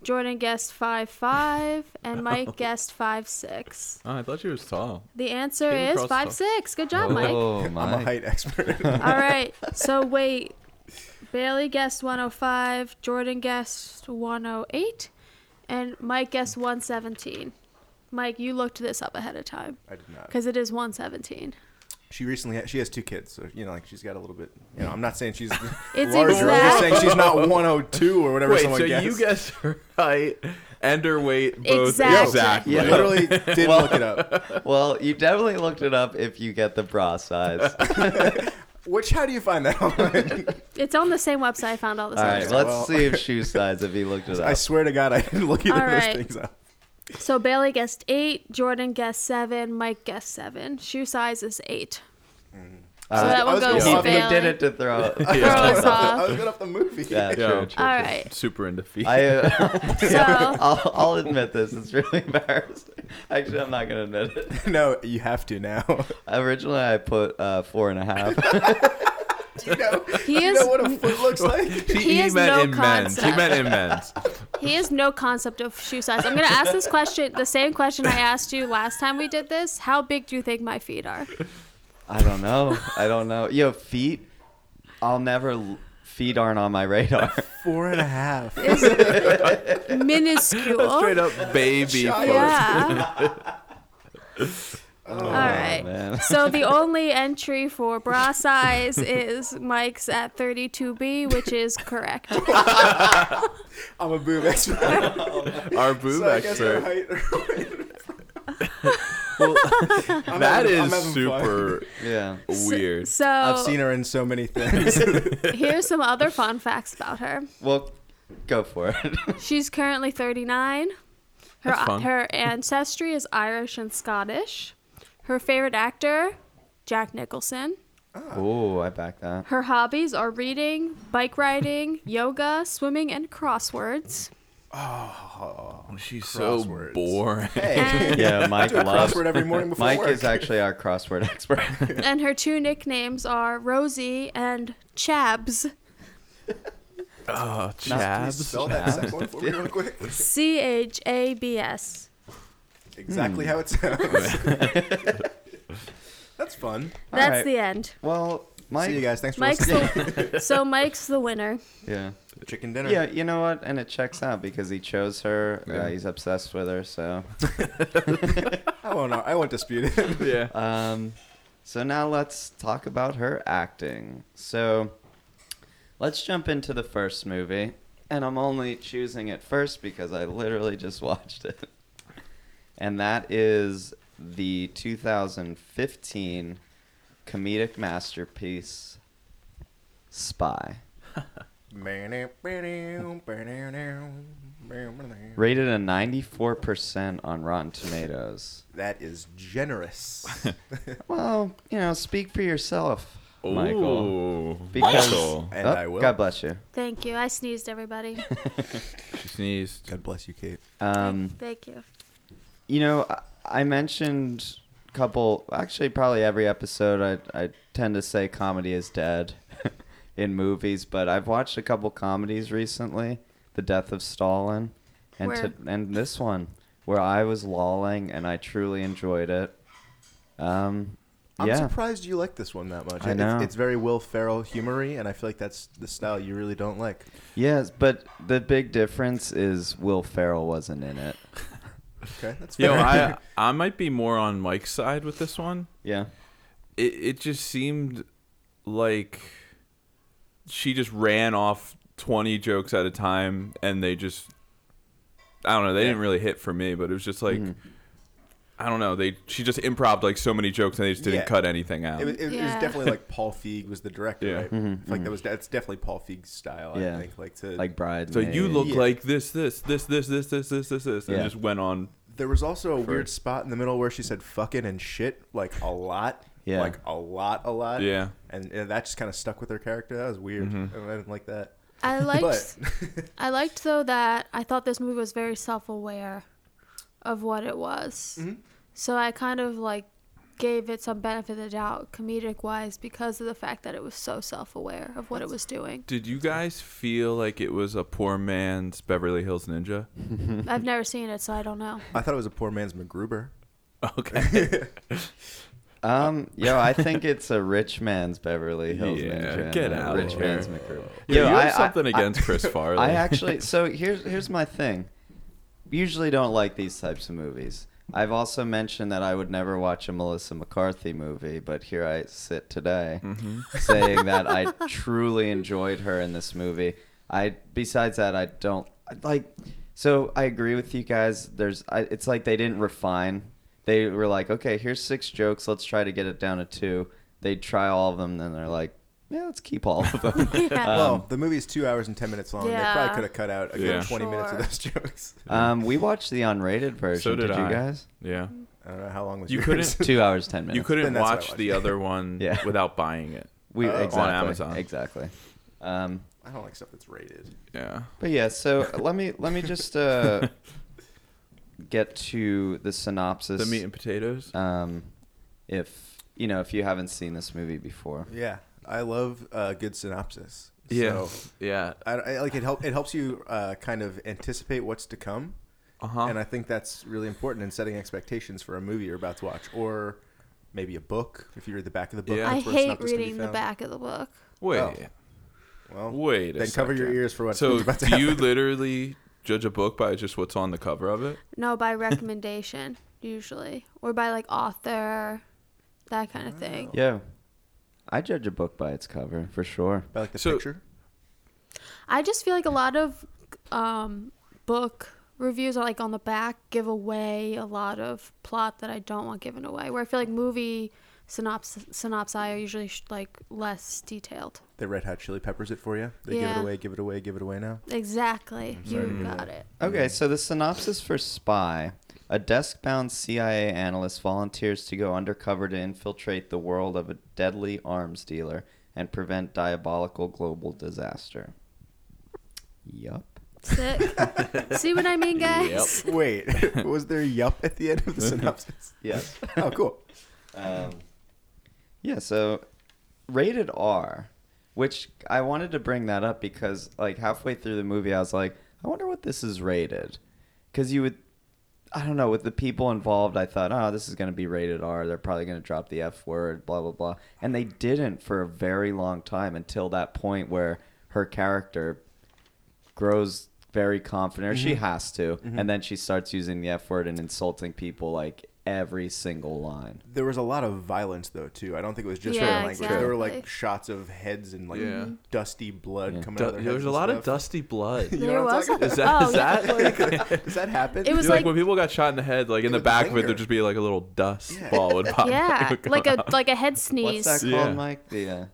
S2: Jordan guessed five five, and
S1: Oh.
S2: Mike guessed five six.
S3: oh, I thought she was tall.
S2: The answer
S3: Came
S2: is
S3: across
S2: five
S3: tough.
S2: six. Good job, Mike.
S1: Oh
S4: I'm a
S1: my.
S4: height expert.
S2: All right. So wait, Bailey guessed one hundred five, Jordan guessed one hundred eight, and Mike guessed one seventeen. Mike, you looked this up ahead of time
S4: I did not.
S2: because it is one seventeen.
S4: She recently ha she has two kids, so you know, like she's got a little bit. You know, I'm not saying she's
S2: It's
S4: larger. I'm just
S2: exact-
S4: saying she's not 102 or whatever
S3: Wait,
S4: someone
S3: so
S4: guessed.
S3: you guessed her height and her weight both
S2: Exactly.
S3: exactly.
S4: I literally did look it up.
S1: Well, you definitely looked it up if you get the bra size.
S4: Which how do you find that online?
S2: It's on the same website I found all this.
S1: All
S2: other
S1: right,
S2: stuff.
S1: let's
S4: Well-
S1: see if shoe size if he looked it up.
S4: I swear to God, I didn't look either
S2: All
S4: of
S2: right.
S4: those things up.
S2: So Bailey guessed eight, Jordan guessed seven, Mike guessed seven. Shoe size is eight.
S1: Uh,
S2: so that
S4: I
S2: one
S4: was gonna
S2: goes
S1: he,
S2: to
S4: say-
S1: he
S2: Bailey.
S1: did it to throw.
S2: Throw us
S4: I
S2: off.
S4: was good off the movie.
S1: Yeah,
S3: Yeah.
S1: true, true.
S2: All right.
S3: Super into feet.
S1: I, uh,
S2: So
S1: I'll, I'll admit this. It's really embarrassing. Actually, I'm not gonna admit it.
S4: No, you have to now.
S1: Originally, I put uh, four and a half.
S4: you know,
S2: He
S4: you
S2: is-
S4: know what a foot looks like.
S3: she,
S2: He has no
S3: He
S2: concept.
S3: meant immense.
S2: he has no concept of shoe size. I'm gonna ask this question, the same question I asked you last time we did this. How big do you think my feet are?
S1: I don't know. I don't know. Yo, feet. I'll never. l- Feet aren't on my radar.
S4: Four and a half.
S2: Minuscule.
S3: Straight up baby. foot.
S4: Shut
S2: Yeah. All right.
S1: Oh, man.
S2: So the only entry for bra size is Mike's at 32B, which is correct.
S4: I'm a boob expert.
S3: Our boob
S4: so I guess her
S3: expert.
S4: height. I'm
S3: That
S4: having- I'm
S3: is
S4: having fun.
S3: super
S1: Yeah.
S3: weird.
S2: So
S4: I've seen her in so many things.
S2: here's some other fun facts about her.
S1: Well, go for it.
S2: She's currently 39. Her
S3: That's fun.
S2: her ancestry is Irish and Scottish. Her favorite actor, Jack Nicholson.
S1: Ooh, I back that.
S2: Her hobbies are reading, bike riding, yoga, swimming, and crosswords.
S4: Oh,
S3: She's so
S4: Crosswords.
S3: boring.
S2: And,
S1: Yeah, Mike loves.
S4: Crossword every morning before
S1: Mike
S4: work.
S1: is actually our crossword expert.
S2: and her two nicknames are Rosie and Chabs.
S3: Oh,
S4: Please
S3: chabs.
S4: Spell that second one for me real quick.
S2: C H A B S.
S4: Exactly how it sounds. That's fun.
S2: That's
S1: right.
S2: the end.
S1: well, Mike.
S4: See you guys. Thanks for
S2: Mike's
S4: listening.
S2: the, so Mike's the winner.
S1: Yeah.
S4: Chicken dinner.
S1: Yeah, you know what? And it checks out because he chose her. Uh, he's obsessed with her. So,
S4: I won't. I won't dispute it.
S3: Yeah.
S1: um, so now let's talk about her acting. So, let's jump into the first movie. And I'm only choosing it first because I literally just watched it. And that is the 2015 comedic masterpiece, Spy.
S4: That
S1: Rated a 94% on Rotten Tomatoes.
S4: is generous.
S1: Well, you know, speak for yourself, Uh, Michael.
S3: Michael.
S1: Because-
S4: And
S1: Oh,
S4: I will.
S1: God bless you.
S2: Thank you. I sneezed, everybody.
S3: She sneezed.
S4: God bless you, Kate.
S1: Um,
S2: Thank you.
S1: You know, I, I mentioned a couple, actually, probably every episode, I, I tend to say comedy is dead in movies, but I've watched a couple comedies recently The Death of Stalin and,
S2: Where-
S1: to, and this one, where I was lolling and I truly enjoyed it. Um,
S4: I'm
S1: yeah.
S4: surprised you like this one that much.
S1: I
S4: It's-
S1: know.
S4: It's, very Will Ferrell humory, and I feel like that's the style you really don't like.
S1: Yes, but the big difference is Will Ferrell wasn't in it.
S4: Okay, that's fair.
S3: Yo,
S1: um,
S3: I I might be more on Mike's side with this one.
S1: Yeah.
S3: It it just seemed like she just ran off twenty jokes at a time, and they just I don't know. They didn't really hit for me, but it was just like.
S4: Mm-hmm.
S3: I don't know. They she just improv like so many jokes and they just didn't
S4: Yeah.
S3: cut anything out.
S4: it, was, it, was- it was
S2: Yeah.
S4: definitely like Paul Feig was the director,
S3: Yeah.
S4: right? Like that was that's definitely Paul Feig's style.
S1: Mm-hmm, Yeah.
S4: I think like to
S1: Like Bride.
S3: so you look
S4: Yeah.
S3: like this, this, this, this, this, this, this, this, this, and
S1: Yeah.
S3: just went on.
S4: There was also a
S3: For-
S4: weird spot in the middle where she said "fucking" and "shit" like a lot,
S1: Yeah.
S4: like a lot, a lot,
S3: Yeah.
S4: and, and that just kind of stuck with her character. That was weird.
S3: Mm-hmm.
S4: I didn't like that.
S2: I liked.
S4: but
S2: I liked though that I thought this movie was very self-aware of what it was. So I kind of like gave it some benefit of the doubt comedic wise because of the fact that it was so self-aware of what it was doing.
S3: Did you guys feel like it was a poor man's Beverly Hills Ninja?
S2: I've never seen it, so I don't know.
S4: I thought it was a poor man's MacGruber.
S3: Okay.
S1: Um, yo, I think it's a rich man's Beverly Hills
S3: Yeah,
S1: Ninja. and
S3: get
S1: a
S3: out of
S1: rich
S3: here.
S1: man's McGruber.
S3: Yeah,
S1: Yo,
S3: you
S1: I-
S3: have
S1: I-
S3: something
S1: I-
S3: against Chris Farley.
S1: I actually so here's here's my thing. Usually don't like these types of movies. I've also mentioned that I would never watch a Melissa McCarthy movie, but here I sit today
S3: Mm-hmm.
S1: saying that I truly enjoyed her in this movie. I besides that I don't like so I agree with you guys. There's I, it's like they didn't refine. They were like, "Okay, here's six jokes. Let's try to get it down to two. They try all of them, then they're like, "Yeah, let's keep all of them."
S3: Um,
S2: Yeah.
S4: well, the movie's two hours and ten minutes long. They
S2: Yeah.
S4: probably could have cut out a good
S3: Yeah.
S4: twenty minutes of
S2: Sure.
S4: those jokes.
S1: Um, we watched the unrated version.
S3: So did
S1: did, you
S3: I.
S1: guys?
S3: yeah.
S4: I don't know how long was
S3: You
S4: yours?
S3: couldn't-
S1: Two hours ten minutes.
S3: You couldn't
S4: Then that's what I
S3: watch the
S4: watched.
S3: other one
S1: Yeah.
S3: without buying it.
S1: We
S4: Oh. on
S1: exactly,
S3: Amazon.
S1: exactly. Um,
S4: I don't like stuff that's rated.
S3: Yeah.
S1: but yeah, so let me let me just uh, get to the synopsis.
S3: the meat and
S4: uh,
S3: potatoes.
S1: um, if you know if you haven't seen this movie before,
S4: Yeah, I love uh, good synopsis.
S3: yeah.
S4: So,
S3: yeah.
S4: I, I- like it. Help, it helps you uh, kind of anticipate what's to come,
S3: Uh huh.
S4: and I think that's really important in setting expectations for a movie you're about to watch, or maybe a book if you read the back of the book.
S3: Yeah.
S2: I
S4: that's where
S2: hate
S4: synopsis can be
S2: reading the
S4: found.
S2: back of the book.
S3: Wait.
S4: Oh. Well,
S3: Wait. A
S4: then cover your
S3: second.
S4: ears for what's
S3: So
S4: about to
S3: do you
S4: happen.
S3: literally judge a book by just what's on the cover of it?
S2: No, by recommendation usually, or by like author, that kind of thing.
S1: yeah, I judge a book by its cover for sure.
S4: By like the
S3: So-
S4: picture.
S2: I just feel like a lot of um, book reviews are like on the back give away a lot of plot that I don't want given away. Where I feel like movie synopsis synopsi are usually sh- like less detailed.
S4: They Red Hot Chili Peppers it for you. They give
S2: Yeah.
S4: it away, give it away, give it away now.
S2: Exactly.
S1: Mm-hmm.
S2: You got it.
S1: Okay, so the synopsis for Spy a desk bound CIA analyst volunteers to go undercover to infiltrate the world of a deadly arms dealer and prevent diabolical global disaster. Yup.
S2: Sick. See what I mean, guys?
S4: Wait, was there yup at the end of the synopsis?
S1: Yes.
S4: Oh, cool.
S1: Um, yeah, so rated R, which I wanted to bring that up because like halfway through the movie, I was like, I wonder what this is rated, because you would, I don't know, with the people involved, I thought, oh, this is going to be rated R. They're probably going to drop the F word, blah blah blah, and they didn't for a very long time until that point where her character grows very confident. or She has to, and then she starts using the F word and insulting people like every single line.
S4: There was a lot of violence though too. I don't think it was just
S2: Yeah,
S4: her language. There were like
S2: exactly.
S4: shots of heads and like
S3: Yeah.
S4: dusty blood coming out of their heads.
S3: There's a
S4: and
S3: lot of
S4: stuff.
S3: dusty blood.
S4: You know
S2: there
S4: what I'm
S2: was.
S4: talking
S2: A,
S3: Is that?
S2: oh,
S3: Is
S2: yeah.
S3: that?
S4: Does that happen?
S2: It was
S3: You're like,
S2: like-
S3: when people got shot in the head, like in the
S4: would
S3: back of it,
S4: linger.
S3: there'd just be like a little dust
S4: Yeah.
S3: ball would pop.
S2: Yeah,
S4: oh,
S3: would come
S2: like a
S3: out.
S2: like a head
S1: What's
S2: sneeze.
S1: that called,
S3: Yeah.
S1: Mike? The uh,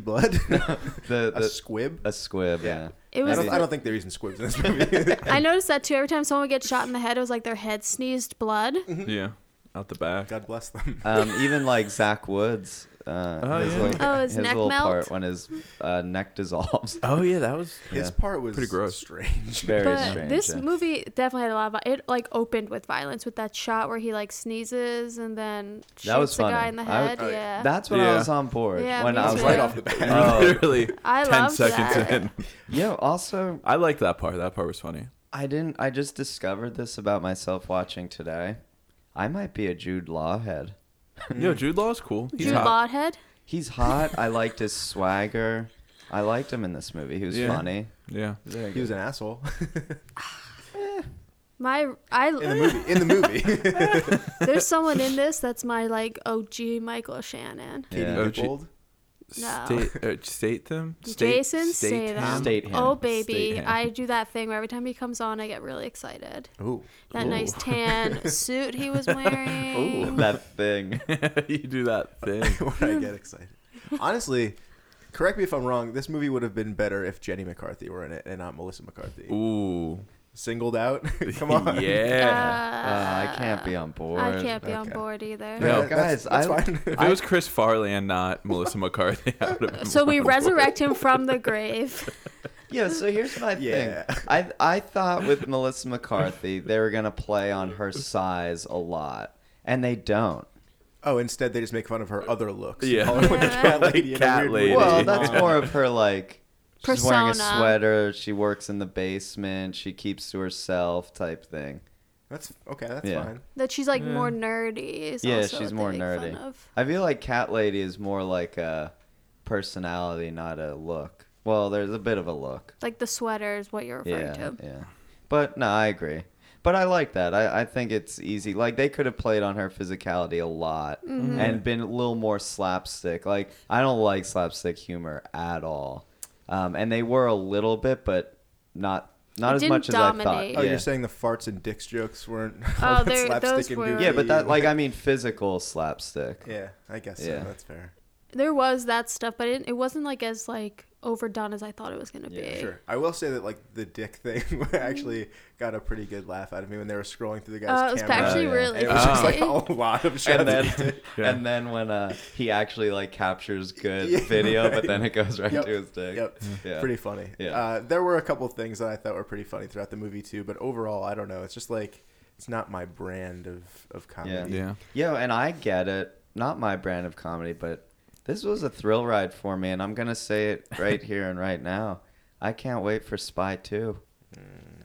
S4: blood.
S1: the,
S4: a
S1: the
S4: squib.
S1: a, squib. Yeah.
S2: It
S4: I
S2: was.
S4: don't, I don't think they're using squibs in this movie.
S2: I noticed that too. Every time someone would get shot in the head, it was like their head sneezed blood.
S3: yeah, out the back.
S1: Uh,
S4: God bless them.
S1: Um, even like Zach Woods Uh,
S3: Oh,
S1: his
S3: yeah.
S1: little,
S2: Oh, his neck
S1: little
S2: melt?
S1: part when his uh, neck dissolves.
S3: Oh yeah, that was
S4: His
S1: Yeah.
S4: part was
S3: Pretty gross.
S4: strange.
S1: Very
S2: but
S1: strange.
S2: this
S1: yeah.
S2: movie definitely had a lot of vi- it like opened with violence with that shot where he like sneezes and then shoots
S1: That was
S2: the
S1: funny.
S2: guy in the
S1: I-
S2: head.
S1: I-
S2: yeah,
S1: That's when I
S3: Yeah.
S1: was on board.
S2: Yeah,
S1: when
S2: me
S1: I was
S2: too.
S4: right
S1: like,
S4: off the bat.
S1: oh.
S3: literally
S2: I
S3: ten
S2: loved
S3: seconds
S2: that.
S3: in.
S1: yeah. Also,
S3: I like that part. That part was funny.
S1: I didn't. I just discovered this about myself watching today. I might be a Jude Law head.
S3: Yo, Jude Law's cool. He's
S2: Jude
S3: hot.
S2: Law head.
S1: He's hot. I liked his swagger. I liked him in this movie. He was
S3: Yeah.
S1: funny.
S3: Yeah.
S4: He was an asshole
S2: My I
S4: in the movie. In the movie,
S2: there's someone in this that's my like OG Michael Shannon.
S4: Katie
S1: Yeah.
S3: Oh, gee.
S4: Dippold.
S2: No.
S3: State, uh, state them. State,
S2: Jason
S3: Statham?
S2: Statham.
S1: Statham.
S2: Oh baby,
S3: Statham.
S2: I do that thing where every time he comes on, I get really excited.
S3: Oh,
S4: Ooh,
S2: That nice tan suit he was wearing.
S1: That thing.
S3: you do that thing.
S4: when I get excited. Honestly, correct me if I'm wrong. This movie would have been better if Jenny McCarthy were in it and not Melissa McCarthy.
S3: Ooh.
S4: Singled out. Come on.
S3: Yeah.
S1: Uh, I can't be on board.
S2: I can't be on
S4: Okay.
S2: board either.
S1: No,
S4: Yeah,
S1: guys,
S4: that's- that's
S1: I-
S4: fine.
S3: if it was Chris Farley and not Melissa McCarthy, I would have been
S2: So
S3: more
S2: we
S3: on board.
S2: resurrect him from the grave.
S1: Yeah, so here's my
S4: Yeah.
S1: thing. I I thought with Melissa McCarthy they were gonna play on her size a lot, and they don't.
S4: Oh, instead they just make fun of her other looks.
S3: Yeah.
S4: Calling her a cat lady. in a
S3: Cat
S4: weird
S3: lady.
S4: way.
S1: Well,
S3: did.
S1: that's more of her like she's wearing a
S2: Persona.
S1: sweater. She works in the basement. She keeps to herself, type thing.
S4: that's okay. That's
S1: Yeah.
S4: fine.
S2: That she's like more nerdy. Is
S1: yeah,
S2: also what
S1: she's
S2: they
S1: more
S2: make fun
S1: nerdy.
S2: of.
S1: I feel like Cat Lady is more like a personality, not a look. Well, there's a bit of a look.
S2: Like the sweater is what you're referring
S1: yeah,
S2: to.
S1: yeah. But no, I agree. But I like that. I, I think it's easy. Like they could have played on her physicality a lot
S2: Mm-hmm.
S1: and been a little more slapstick. Like I don't like slapstick humor at all, um, and they were a little bit, but not not
S2: It
S1: as
S2: didn't
S1: much as I
S2: dominate.
S1: thought.
S4: Oh,
S1: yeah.
S4: you're saying the farts and dicks jokes weren't
S2: Oh,
S4: all that
S2: they're-
S4: slapstick
S2: those
S4: and
S2: were-
S4: goofy.
S1: yeah, but that like I mean physical slapstick.
S4: yeah, I guess
S1: Yeah.
S4: so. That's fair.
S2: There was that stuff, but it, it wasn't like as like overdone as I thought it was gonna
S1: Yeah,
S2: be.
S4: Sure. I will say that like the dick thing
S2: Mm-hmm.
S4: actually got a pretty good laugh out of me when they were scrolling through the guy's
S2: Uh, it was
S4: camera.
S2: actually
S1: Oh, yeah.
S2: really
S4: And it was just like
S2: funny.
S4: a lot of shots.
S1: And then,
S3: Yeah.
S1: and then when uh, he actually like captures good
S4: Yeah,
S1: video, but
S4: right.
S1: then it goes right
S4: Yep,
S1: to his dick. Mm-hmm.
S4: Yep.
S1: Yeah.
S4: Pretty funny.
S1: Yeah.
S4: Uh, there were a couple things that I thought were pretty funny throughout the movie too, but overall, I don't know. It's just like it's not my brand of of comedy.
S3: Yeah.
S1: Yo, and I get it. Not my brand of comedy, but this was a thrill ride for me, and I'm gonna say it right here and right now. I can't wait for Spy Two.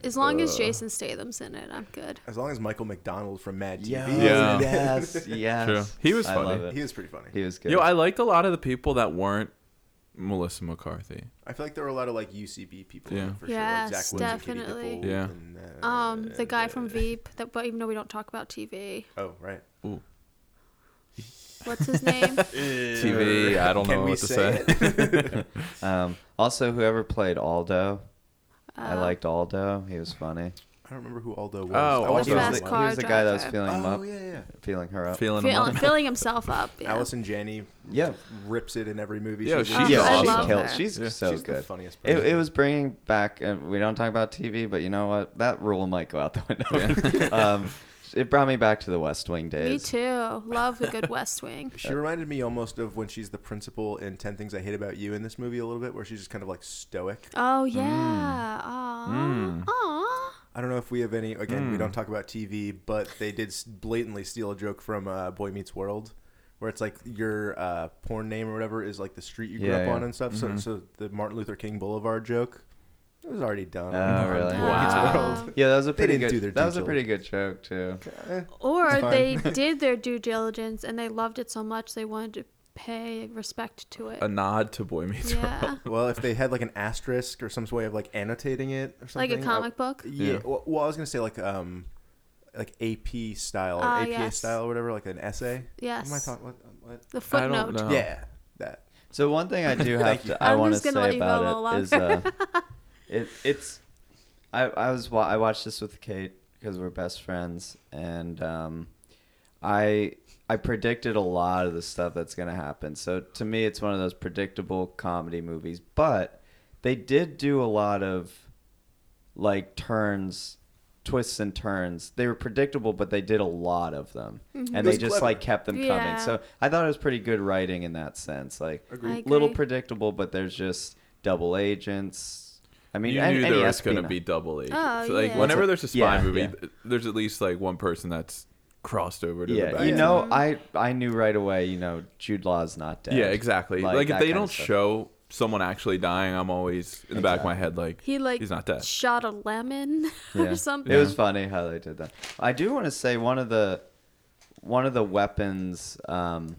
S2: As long as Jason Statham's in it, I'm good.
S4: As long as Michael McDonald from Mad TV,
S1: Yo,
S4: is in
S3: Yeah.
S4: it.
S1: Yes, yes.
S3: True. He was
S1: I
S3: funny.
S1: love it.
S4: he is pretty funny.
S1: He was good.
S3: Yo, I liked a lot of the people that weren't Melissa McCarthy.
S4: I feel like there were a lot of like UCB people. in
S3: Yeah.
S4: it for
S2: Yes,
S4: sure. Like Zach Woods and Katie
S2: definitely.
S4: Dippold
S3: Yeah.
S4: and, uh,
S2: Um, the guy from Veep that, but even though we don't talk about TV,
S4: Oh right.
S3: Ooh.
S2: what's his name?
S3: TV, I don't
S4: Can
S3: know
S4: we
S3: what to
S4: say
S3: say.
S1: um, also, whoever played Aldo, I
S2: Uh,
S1: liked Aldo. He was funny.
S4: I don't remember who Aldo was.
S3: Oh,
S4: I
S3: Aldo.
S4: watched
S1: He was,
S2: fast
S1: the,
S4: Aldo.
S1: he was the guy that was
S2: car
S1: feeling him up,
S4: Oh yeah, yeah.
S1: feeling her up.
S3: Feeling
S2: Fill,
S3: him up.
S2: filling himself up. Yeah.
S4: Allison Janney
S1: Yeah.
S4: rips it in every movie.
S3: Yeah,
S4: she's
S3: she's
S4: in.
S2: Oh, I
S1: yeah,
S2: love
S1: she killed.
S2: her.
S1: She's
S3: Yeah.
S1: so
S4: She's the
S1: good.
S4: funniest
S1: It,
S4: person.
S1: it was bringing back, and we don't talk about TV, but you know what? That rule might go out the window. um, it brought me back to the West Wing
S2: Me
S1: days.
S2: too. Love the Good West Wing.
S4: She reminded me almost of when she's the principal in Ten Things I Hate About You in this movie a little bit, where she's just kind of like stoic.
S2: Oh
S1: Mm.
S2: yeah. Aw. Aw.
S4: I don't know if we have any. Again,
S1: Hmm.
S4: we don't talk about TV, but they did s- blatantly steal a joke from uh, Boy Meets World, where it's like your uh, porn name or whatever is like the street you grew
S1: Yeah,
S4: up
S1: yeah.
S4: on and stuff. So, so the Martin Luther King Boulevard joke, it was already done.
S1: Oh, really?
S4: Boy Meets World.
S1: Yeah, that was a pretty
S4: didn't do
S1: good.
S4: their
S1: that was a
S4: due
S1: pretty good joke too.
S4: Eh,
S2: Or
S4: fine.
S2: they did their due diligence and they loved it so much they wanted to pay respect to it.
S3: A nod to Boy Meets World.
S2: yeah.
S4: Well, if they had like an asterisk or some way of like annotating it or
S2: Like
S4: something,
S2: a comic book.
S4: Yeah.
S3: Yeah.
S4: Well, well, I was gonna say like um, like AP style or
S2: Ah,
S4: APA
S2: yes.
S4: style or whatever, like an essay.
S2: Yes.
S4: What am I talking? What, what?
S2: The
S3: I don't
S2: footnote.
S1: Oh.
S3: know.
S4: Yeah, that.
S1: So one thing I do have to, I
S2: I'm
S1: want to
S2: just gonna let
S1: say
S2: you go a
S1: about
S2: little
S1: it is, uh, it, it's, I, I was, wa- I watched this with Kate because we're best friends, and um, I, I predicted a lot of the stuff that's gonna happen. So to me, it's one of those predictable comedy movies, but they did do a lot of, like turns twists and turns. They were predictable, but they did a lot of them, and
S4: It
S1: they
S4: was
S1: just
S4: clever.
S1: like kept them
S2: Mm-hmm. Yeah.
S1: coming. So I thought it was pretty good writing in that sense. Like
S4: Agreed.
S2: I
S1: little
S2: agree.
S1: predictable, but there's just double agents. I mean,
S3: you
S1: an-
S3: knew
S1: any
S3: there was going to
S1: espionage.
S3: be double agents.
S2: Oh,
S3: like
S2: yeah.
S3: whenever
S1: What's
S3: there's a
S1: it-
S3: spy
S1: yeah,
S3: movie,
S1: yeah.
S3: th- there's at least like one person that's crossed over to the
S1: Yeah,
S3: bad
S1: you
S4: Yeah.
S1: know, I
S2: Mm-hmm.
S1: I knew right away. You know, Jude Law's not dead.
S3: Yeah, exactly. Like, if
S1: that
S3: they
S1: kind
S3: don't
S1: of stuff.
S3: show someone actually dying, I'm always in the back of my head like,
S2: He like
S3: he's not dead.
S2: shot a lemon
S1: Yeah.
S2: or something.
S1: It was funny how they did that. I do want to say one of the one of the weapons um,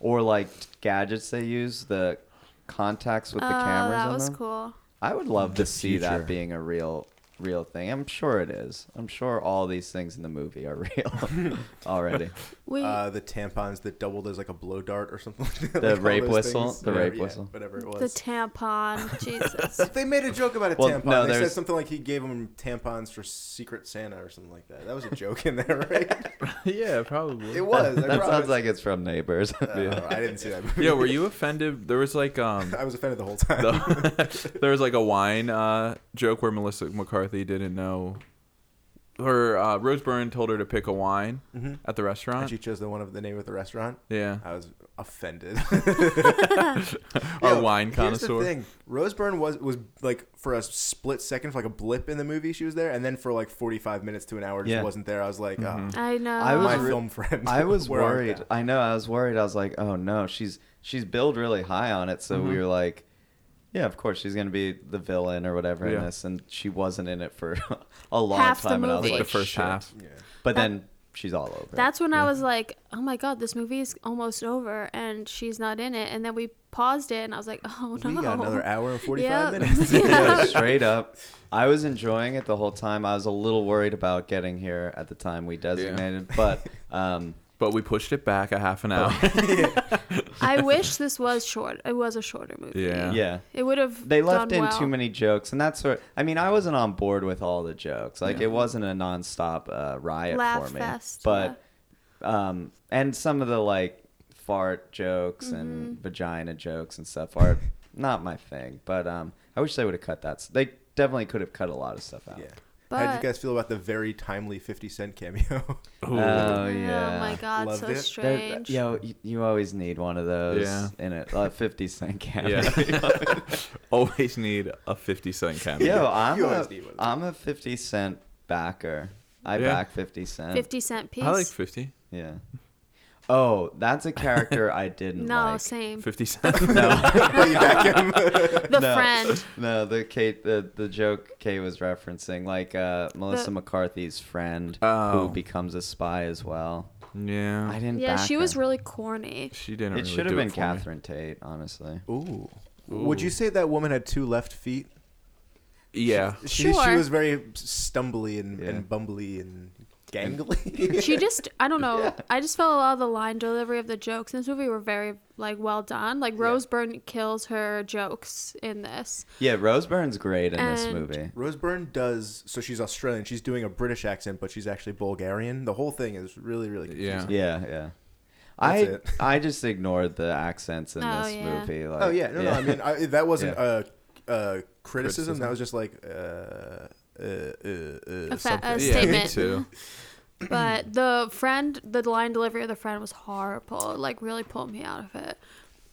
S1: or like gadgets they use the contacts with the
S2: Oh,
S1: cameras
S2: that
S1: on
S2: was
S1: them.
S2: cool.
S1: I would love to see
S5: future.
S1: that being a real real thing. I'm sure it is. I'm sure all these things in the movie are real already.
S2: We
S4: Uh, the tampons that doubled as like a blow dart or something. Like that.
S1: The
S4: like all
S1: rape
S4: those
S1: whistle?
S4: things.
S1: The
S4: Yeah,
S1: rape
S4: yeah,
S1: whistle.
S4: Whatever it
S2: the
S4: was.
S2: tampon. Jesus.
S4: they made a joke about a
S1: Well,
S4: tampon.
S1: no,
S4: they said
S1: there's-
S4: something like he gave him tampons for Secret Santa or something like that. That was a joke in there, right?
S3: yeah, probably.
S4: it was. I
S1: that
S4: promise. Oh,
S1: sounds like it's from Neighbors.
S4: I don't know. I didn't see that movie.
S3: yeah, were you offended? There was like um
S4: I was offended the whole time.
S3: the, there was like a wine uh joke where Melissa McCarthy didn't know her uh Rose Byrne told her to pick a wine
S1: Mm-hmm.
S4: Mhm.
S3: at the restaurant.
S4: She chose the one of the name of the restaurant.
S3: yeah.
S4: I was offended.
S3: Our
S1: Uh,
S4: Yo,
S3: wine
S4: Here's the
S3: connoisseur.
S4: thing. Rose Byrne was was like for a split second, for like a blip in the movie, she was there, and then for like 45 minutes to an hour, just
S1: Yeah. Mm-hmm.
S4: wasn't there. I was like, oh,
S2: I know.
S1: I
S4: my
S1: was re-
S4: film friend.
S1: I was
S4: Where art
S1: worried.
S2: Oh,
S4: thou?
S1: I know. I was worried. I was like, oh no, she's she's billed really high on it. So
S4: Mm-hmm.
S1: we were like, yeah, of course she's gonna be the villain or whatever
S3: Yeah.
S1: in this, and she wasn't in it for a long
S2: Half the
S1: time. and I was
S2: movie.
S1: like,
S3: the first
S1: shit.
S3: half.
S4: Yeah.
S1: But
S2: That-
S1: then she's all over. it.
S2: That's when I was like, "Oh my god, this movie is almost over, and she's not in it." And then we paused it, and I was like, "Oh no!"
S4: We got another hour and 45
S2: Yeah.
S4: minutes.
S1: Yeah, straight up. I was enjoying it the whole time. I was a little worried about getting here at the time we designated, but um,
S3: But we pushed it back a half an
S1: Oh.
S3: hour.
S2: I wish this was short. It was a shorter movie.
S3: Yeah.
S1: yeah.
S2: It would have.
S1: They left
S2: done
S1: in
S2: well.
S1: too many jokes, and that's sort. I mean, I wasn't on board with all the jokes. Like,
S3: Yeah.
S1: it wasn't a nonstop uh, riot
S2: Laugh
S1: for me.
S2: fest,
S1: but, um, and some of the like fart jokes
S2: Mm-hmm.
S1: and vagina jokes and stuff are not my thing. But um, I wish they would have cut that. s- They definitely could have cut a lot of stuff out.
S4: yeah. How did
S2: But-
S4: you guys feel about the very timely 50 Cent cameo?
S3: Ooh.
S1: Oh
S2: Oh
S1: yeah.
S2: my god,
S4: Loved
S2: so
S4: it. That-
S1: They're-
S2: strange.
S1: Yo, you, you always need one of those
S3: Yeah.
S1: in it. Like 50 cent camera.
S3: Yeah. Always need a 50 cent camera.
S1: Yo, I'm
S4: You
S1: a,
S4: always need one of those.
S1: I'm a 50 cent backer. I
S3: Yeah.
S1: back 50 cent.
S2: Fifty cent piece.
S3: I like 50.
S1: Yeah. Oh, that's a character I didn't
S2: no,
S1: like.
S2: same.
S3: 50 cent.
S2: The friend.
S1: No, the Kate the, the joke Kay was referencing, like uh, Melissa McCarthy's friend
S3: Oh.
S1: who becomes a spy as well.
S3: yeah.
S1: I didn't.
S2: Yeah,
S1: back
S2: she was
S1: her.
S2: really corny.
S3: She didn't
S1: It
S3: really
S1: should have
S3: do
S1: been
S3: for me.
S1: Catherine Tate, honestly.
S4: Ooh. Would you say that woman had two left feet?
S3: Yeah.
S4: She, she
S2: Sure.
S4: was very stumbly and,
S1: Yeah.
S4: and bumbly and gangly.
S2: She just, I don't know. I just felt a lot of the line delivery of the jokes in this movie were very like well done. Like Rose Byrne kills her jokes in this.
S1: Yeah, Rose Byrne's great in this
S2: And-
S1: movie.
S4: Rose Byrne does so she's Australian. She's doing a British accent, but she's actually Bulgarian. The whole thing is really, really confusing.
S3: Yeah.
S1: Yeah, yeah. I
S4: That's it.
S1: I just ignored the accents in
S2: Oh,
S1: this
S2: yeah.
S1: movie. Like,
S4: Oh yeah, no, no. I mean, I, that wasn't
S1: Yeah.
S4: a, a criticism.
S3: Criticism.
S4: That was just like uh, uh, uh, uh,
S2: A, fa- a
S4: something.
S3: Yeah, me
S2: statement.
S3: too.
S2: But the friend, the line delivery of the friend was horrible. It, Like really pulled me out of it.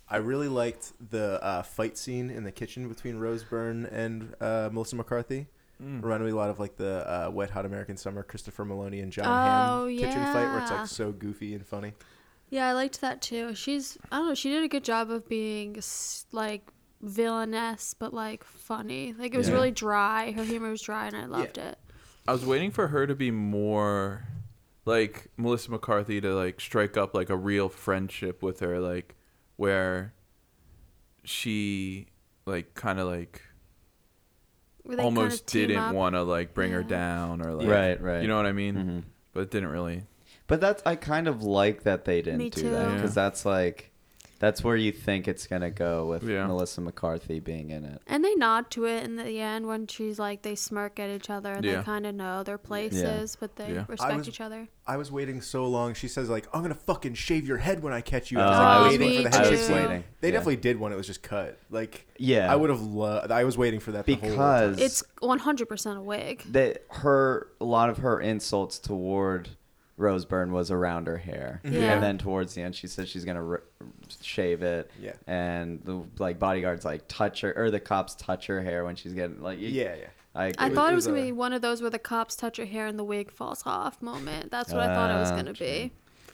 S4: I really liked the uh, fight scene in the kitchen between Rose Byrne and uh, Melissa McCarthy.
S1: Mm.
S4: Reminded me a lot of like the uh, Wet Hot American Summer Christopher Maloney and John
S2: Oh,
S4: Hamm kitchen fight where it's
S2: yeah.
S4: like so goofy and funny.
S2: Yeah, I liked that too. She's, I don't know, she did a good job of being s- like villainess, but like funny. Like it was
S1: Yeah.
S2: really dry. Her humor was dry, and I loved it.
S3: I was waiting for her to be more like Melissa McCarthy to like strike up like a real friendship with her, like where she like kind of like
S2: Where they kinda
S3: almost
S2: team
S3: didn't
S2: up.
S3: want to like bring her
S2: Yeah.
S3: down or like
S1: Right, right.
S3: you know what I mean?
S1: Mhm.
S3: But it didn't really.
S1: But that's I kind of like that they didn't
S2: Me
S1: do
S2: too.
S1: that
S3: Yeah.
S1: because that's like That's where you think it's gonna go with
S3: Yeah.
S1: Melissa McCarthy being in it.
S2: And they nod to it in the end when she's like, they smirk at each other and
S3: Yeah.
S2: they kind of know their places, but they
S3: Yeah. I
S2: respect
S4: was-
S2: each other.
S4: I was waiting so long. She says like, "I'm gonna fucking shave your head when I catch you." And
S2: Oh,
S4: I was like,
S2: me
S4: waiting for the
S2: too.
S1: I
S4: head to
S1: was
S4: save.
S1: waiting.
S4: They
S1: yeah.
S4: definitely did when it was just cut. Like,
S1: Yeah.
S4: I would have loved. I was waiting for that the whole time.
S1: because
S2: It's 100% a wig.
S1: that her a lot of her insults toward Rose Byrne was around her hair,
S4: Mm-hmm.
S2: Yeah.
S1: and then towards the end she says she's gonna r- shave it.
S4: Yeah.
S1: and the like bodyguards like touch her or the cops touch her hair when she's getting like you-
S4: yeah, yeah.
S1: I,
S2: I
S1: agree.
S2: thought it was
S4: was
S2: going to
S4: a-
S2: be one of those where the cops touch her hair and the wig falls off moment. That's what I thought it was
S1: Ah,
S2: going to be.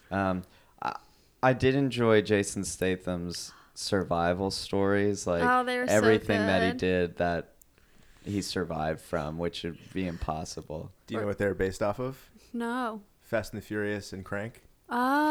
S1: Um, I, I did enjoy Jason Statham's survival stories, like
S2: Oh, they were so
S1: everything that he
S2: good.
S1: did that he survived from, which would be impossible.
S4: Do you know what they're based off of?
S2: No.
S4: Fast and the Furious and Crank.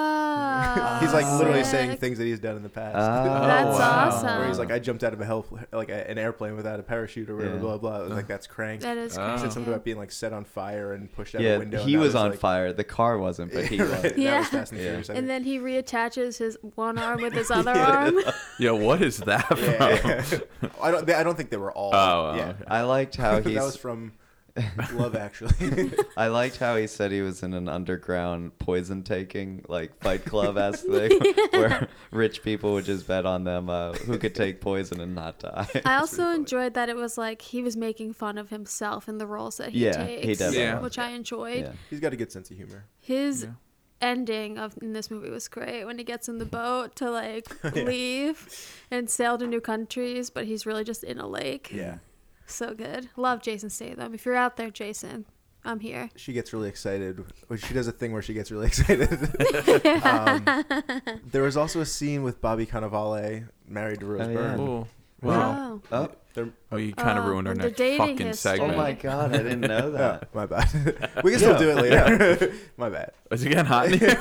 S2: Ah.
S4: he's like literally
S2: sick.
S4: saying things that he's done in the past.
S1: Oh,
S2: That's
S3: wow.
S2: awesome.
S4: Where he's like, I jumped out of a hel- like a, an airplane without a parachute or whatever,
S1: Yeah.
S4: blah blah. It was like that's crank.
S2: That is
S3: Oh.
S4: He
S2: crazy.
S4: said something about being like set on fire and pushed out a
S1: Yeah,
S4: window. and
S1: he
S4: that
S1: was on
S4: like-
S1: fire. The car wasn't, but he
S4: Right,
S1: was.
S4: that
S2: Yeah.
S4: was Fast and
S1: Yeah.
S4: Furious. I
S2: and then
S4: think.
S2: he reattaches his one arm with his other arm.
S3: Yeah, what is that from?
S4: yeah. I don't. They, I don't think they were all.
S3: Oh,
S4: yeah.
S3: okay.
S1: I liked how
S4: that was
S1: Oh, he's.
S4: from Love Actually.
S1: I liked how he said he was in an underground poison taking, like Fight Club esque thing, where rich people would just bet on them uh, who could take poison and not die.
S2: I also enjoyed that it was like he was making fun of himself in the roles that he
S1: Yeah, he
S2: takes.
S1: definitely
S3: Yeah. was.
S2: Which I enjoyed.
S1: Yeah.
S4: He's got a good sense of humor.
S2: His
S3: Yeah.
S2: ending of in this movie was great when he gets in the boat to like leave and sail to new countries, but he's really just in a lake. So good. Love Jason Statham. If you're out there, Jason, I'm here.
S4: She gets really excited. Well, She does a thing where she gets really excited. um, there was also a scene with Bobby Cannavale married to Rose
S1: Oh, yeah.
S4: Byrne.
S3: Oh, wow.
S2: Wow.
S1: Oh,
S4: They're-
S3: We kind of
S2: Oh,
S3: ruined our
S2: the
S3: next
S2: dating
S3: fucking
S2: history.
S1: oh
S3: segment.
S1: my god, I didn't know
S4: Oh,
S1: that.
S4: my bad. we can still do it later. my bad.
S3: Is it getting hot in here?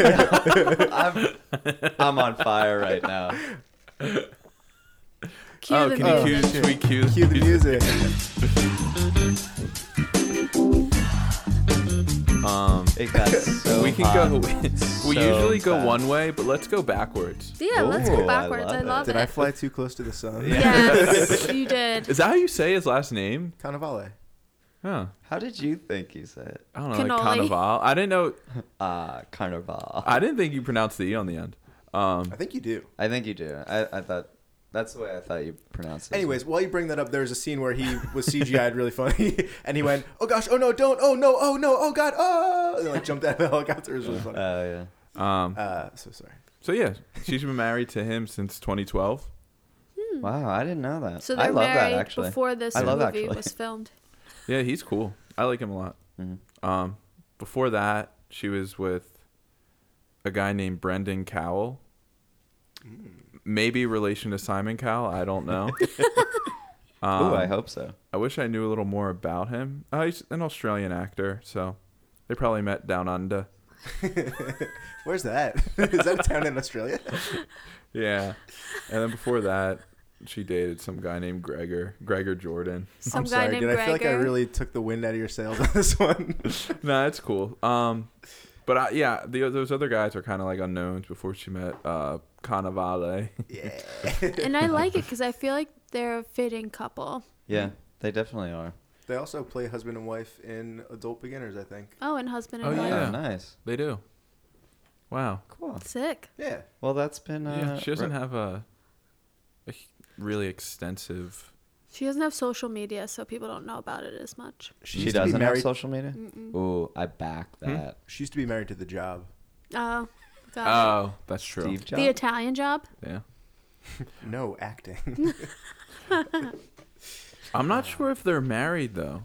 S1: I'm, I'm on fire right now.
S2: Cue
S3: oh,
S2: the
S3: can you
S2: music.
S3: cue, should we cue,
S4: Cue the music.
S3: Um,
S1: It got so
S3: we can
S1: hot.
S3: go. We,
S1: So
S3: usually go
S1: fast.
S3: one way, but let's go backwards.
S2: Yeah, let's
S1: Ooh,
S2: go
S1: I
S2: backwards.
S1: love
S2: I
S1: it.
S2: love it.
S4: Did I fly too close to the sun?
S2: yes, you did.
S3: Is that how you say his last name?
S4: Cannavale.
S3: Huh.
S1: How did you think he said it?
S3: I don't know. Like
S2: Cannoli.
S3: Carnival. I didn't know.
S1: Ah, carnival. I,
S3: I didn't think you pronounced the e on the end. Um,
S4: I think you do.
S1: think you do. I, I thought that's the way I thought you pronounced it.
S4: Anyways, while you bring that up, there's a scene where he was CGI'd really funny, and he went, "Oh gosh, oh no, don't, oh no, oh no, oh god, oh!" And like jumped out of the helicopter. It was really
S1: Oh
S4: funny.
S1: yeah.
S3: um,
S4: Uh, so sorry.
S3: so yeah, she's been married to him since 2012.
S1: Wow, I didn't know that.
S2: Hmm. So
S1: I
S2: they're
S1: love that
S2: married
S1: actually.
S2: before this
S1: I love
S2: movie
S1: Actually.
S2: was filmed.
S3: Yeah, he's cool. I like him a lot.
S1: Mhm.
S3: Um, before that, she was with a guy named Brendan Cowell. Maybe relation to Simon Cowell. I don't know. um,
S1: Ooh, I hope so.
S3: I wish I knew a little more about him. Uh, he's an Australian actor, so they probably met down under.
S4: Where's that? Is that a town in Australia?
S3: Yeah. And then before that, she dated some guy named Gregor, Gregor Jordan.
S2: Some
S4: I'm
S2: guy
S4: sorry,
S2: named
S4: dude.
S2: Gregor.
S4: I feel like I really took the wind out of your sails on this one.
S3: nah, it's cool. Um, but I, yeah, the, those other guys are kind of like unknowns before she met uh, Cannavale.
S4: yeah.
S2: and I like it because I feel like they're a fitting couple.
S1: Yeah, they definitely are.
S4: They also play husband and wife in Adult Beginners, I think.
S2: Oh, and husband and
S3: Oh,
S2: wife.
S3: Yeah.
S1: Oh, nice.
S3: They do. Wow.
S1: Cool.
S2: Sick.
S4: Yeah.
S1: Well, that's been. Uh,
S3: yeah, she doesn't
S1: re-
S3: have a, a h- really extensive.
S2: She doesn't have social media, so people don't know about it as much.
S1: She,
S4: used to be
S1: doesn't have
S4: married-
S1: social media. Ooh, I back
S3: Hmm?
S1: that.
S4: She used to be married to the job.
S2: Oh, God.
S3: Oh, that's true.
S1: Steve Jobs.
S2: the Italian job.
S3: Yeah.
S4: No acting.
S3: I'm not sure if they're married though.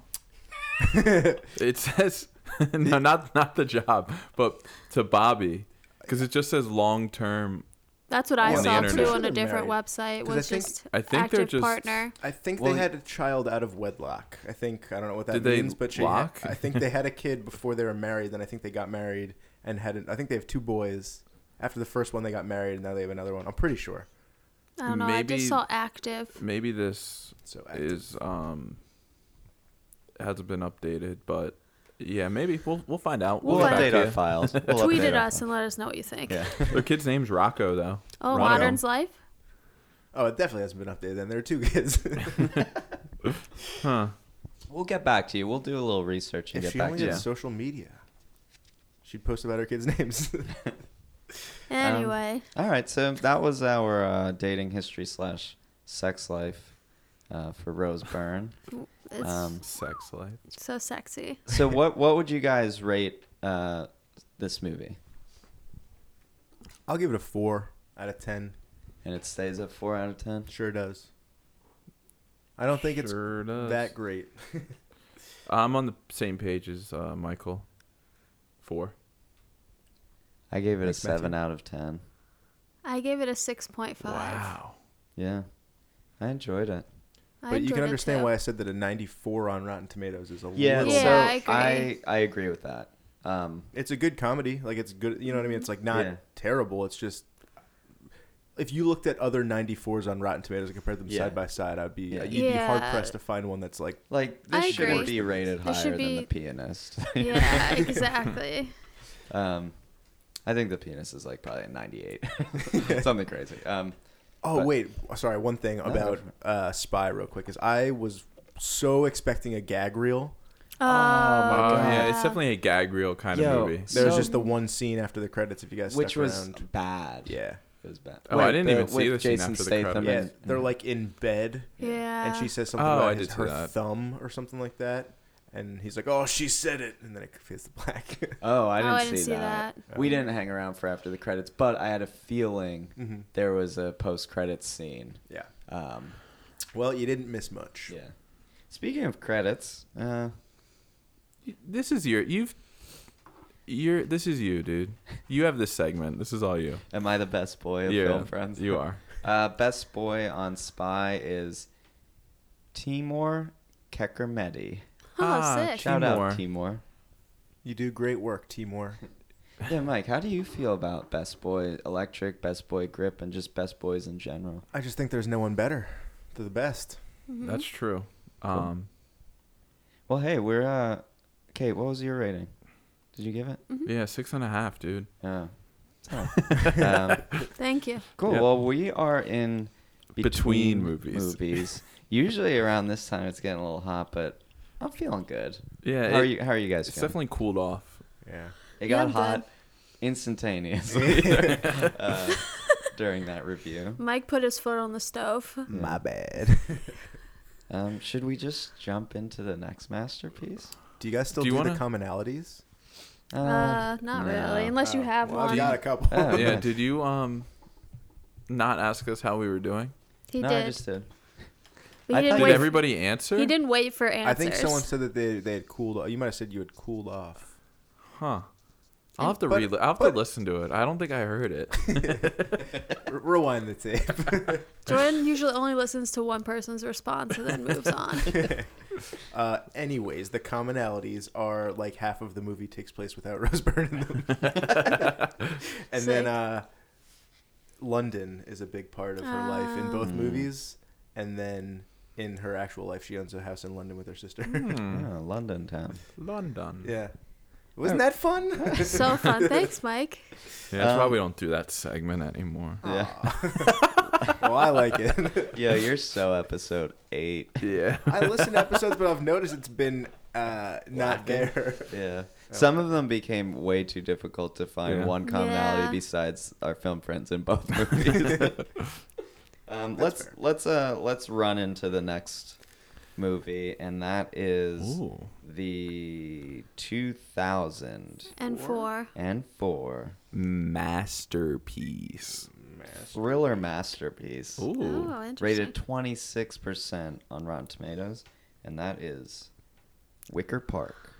S3: it says no, not not the job, but to Bobby, because it just says long term.
S2: That's what I
S3: On the
S2: saw
S3: internet.
S2: too on a
S4: They're
S2: different
S4: married.
S2: website.
S4: 'Cause I
S2: Was
S4: think-
S2: just
S3: I think
S2: active
S3: they're just-
S2: partner.
S4: I think
S3: Well,
S4: they had a child out of wedlock. I think I don't know what that
S3: Did they
S4: means, but she
S3: lock?
S4: I think they had a kid before they were married. Then I think they got married and had. An, I think they have two boys. After the first one, they got married, and now they have another one. I'm pretty sure.
S2: I don't know. I
S3: Maybe-
S2: just saw active.
S3: Maybe this
S4: So active.
S3: is um hasn't been updated, but yeah, maybe we'll we'll find out.
S1: We'll
S2: We'll
S3: get back
S1: update
S3: to
S1: our
S3: you.
S1: files. We'll
S2: Tweet
S1: update
S2: at
S1: our
S2: us and let us know what you think.
S1: Yeah.
S3: Their kid's name's Rocco though.
S2: Oh,
S3: Rocco.
S2: Modern's Life.
S4: Oh, it definitely hasn't been updated. Then there are two kids.
S3: Huh.
S1: We'll get back to you. We'll do a little research and get
S4: if she
S1: back
S4: only
S1: to
S4: had
S1: you.
S4: social media, she'd post about her kids' names.
S3: Um,
S2: Anyway,
S1: All right, so that was our uh, dating history slash sex life uh, for Rose Byrne.
S2: it's
S1: um,
S3: Sex life.
S2: so sexy.
S1: So what what would you guys rate uh, this movie?
S4: I'll give it a four out of ten.
S1: And it stays at four out of ten.
S4: Sure does. I don't think it's
S3: Sure does.
S4: that great.
S3: I'm on the same page as uh, Michael. Four.
S1: I gave it
S4: Thanks,
S1: a seven
S4: Matthew.
S1: out of ten.
S2: I gave it a six point five.
S3: Wow.
S1: Yeah, I enjoyed it.
S2: I
S4: But you
S2: enjoyed
S4: can
S2: it
S4: understand
S2: too.
S4: why I said that a 94 on Rotten Tomatoes is a
S1: Yeah,
S4: little.
S2: Yeah,
S1: so
S2: I
S1: I,
S2: agree.
S1: I agree with that. Um,
S4: It's a good comedy. Like it's good. You know what I mean? It's like not
S1: Yeah.
S4: terrible. It's just if you looked at other 94s on Rotten Tomatoes and compared them
S1: Yeah.
S4: side by side, I'd be
S1: Yeah.
S4: you'd be hard
S2: Yeah.
S4: pressed to find one that's like
S1: like
S2: I
S1: this shouldn't
S2: agree.
S1: be rated
S2: This should
S1: higher than the
S2: be-
S1: pianist.
S2: yeah, exactly.
S1: um, I think the pianist is like probably a ninety-eight, something crazy. Um,
S4: Oh
S1: But-
S4: wait, sorry. One thing about uh, Spy, real quick, is I was so expecting a gag reel.
S2: Oh,
S1: my
S3: Uh,
S1: God.
S3: yeah, it's definitely a gag reel kind
S1: Yo,
S3: of movie.
S1: so-
S4: There was just the one scene after the credits. If you guys,
S1: which
S4: stuck
S1: was
S4: around.
S1: bad.
S4: yeah,
S1: it was bad.
S3: Oh, I didn't even see
S1: with
S3: the scene after the credits.
S4: yeah.
S1: and-
S4: They're like in bed,
S2: yeah.
S4: and she says something
S3: hmm. Oh,
S4: about
S3: I
S4: his,
S3: did see
S4: her
S3: that.
S4: thumb or something like that, and he's like, "Oh, she said it," and then it fades to black.
S1: Oh, I
S2: Oh,
S1: didn't,
S2: I didn't
S1: see,
S2: see
S1: that. We didn't hang around for after the credits, but I had a feeling
S4: Mm-hmm.
S1: there was a post-credits scene.
S4: yeah.
S1: Um,
S4: Well, you didn't miss much.
S1: yeah. Speaking of credits, uh,
S3: this is your you've you're this is you, dude. You have this segment. This is all you.
S1: am I the best boy of
S3: yeah,
S1: film friends?
S3: you are.
S1: Uh, best boy on Spy is Timur Kekermedi.
S2: Oh,
S3: Ah,
S2: sick.
S1: Shout out
S3: Timur.
S1: Timur.
S4: You do great work, Timor.
S1: Yeah, Mike, how do you feel about best boy electric, best boy grip, and just best boys in general?
S4: I just think there's no one better. They're the best.
S2: Mm-hmm.
S3: That's true. Um,
S1: Well, hey, we're uh, Kate. What was your rating? Did you give it?
S3: yeah, six and a half, dude.
S1: Oh. um,
S2: Thank you.
S1: Cool.
S3: Yeah.
S1: Well, we are in
S3: Between movies.
S1: movies. Usually around this time, it's getting a little hot, but I'm feeling good.
S3: Yeah,
S1: How are
S3: it-
S1: you? How are you guys
S3: It's
S1: feeling?
S3: definitely cooled off.
S4: Yeah.
S1: it
S2: Yeah,
S1: got
S2: I'm good.
S1: hot instantaneously uh, during that review.
S2: Mike put his foot on the stove.
S4: My bad.
S1: Um, should we just jump into the next masterpiece?
S4: do you guys still
S3: Do
S4: do,
S3: you
S4: the
S3: wanna-
S4: commonalities?
S1: Uh,
S2: Uh, not really,
S1: no.
S2: unless you
S4: Oh,
S2: have
S4: well,
S2: one.
S4: I've got a couple.
S1: Oh,
S3: Uh, yeah,
S1: nice.
S3: did you um not ask us how we were doing?
S2: He
S1: no,
S2: did.
S1: I just did. I
S2: But he
S1: thought
S2: didn't
S1: you
S3: Did
S2: wait.
S3: everybody answer?
S2: he didn't wait for answers.
S4: I think someone said that they they had cooled off. You might have said you had cooled off.
S3: Huh. I'll have to
S4: But-
S3: re I'll have
S4: but-
S3: to listen to it. I don't think I heard it.
S4: R- rewind the tape.
S2: Jordan usually only listens to one person's response and then moves on.
S4: Uh, anyways, the commonalities are like half of the movie takes place without Rose Byrne in them. and then
S2: Sick.
S4: uh, London is a big part of her life in both
S1: Ah.
S4: movies. And then in her actual life, she owns a house in London with her sister.
S3: Hmm.
S1: Oh, London town.
S3: London.
S4: yeah. Wasn't that fun?
S2: so fun. Thanks, Mike.
S3: Yeah, that's why
S1: Um,
S3: we don't do that segment anymore.
S1: Yeah.
S4: well, I like it.
S1: Yeah, you're so episode eight.
S3: Yeah.
S4: I listen to episodes, but I've noticed it's been uh, not there.
S1: Yeah. Some of them became way too difficult to find
S3: Yeah.
S1: one commonality
S2: Yeah.
S1: besides our film friends in both movies. um, let's
S4: fair.
S1: let's uh let's run into the next movie and that is
S3: Ooh.
S1: the 2004
S2: And four.
S3: Masterpiece.
S1: thriller masterpiece
S3: Ooh.
S2: Oh, interesting.
S1: rated 26% on Rotten Tomatoes and that is Wicker Park.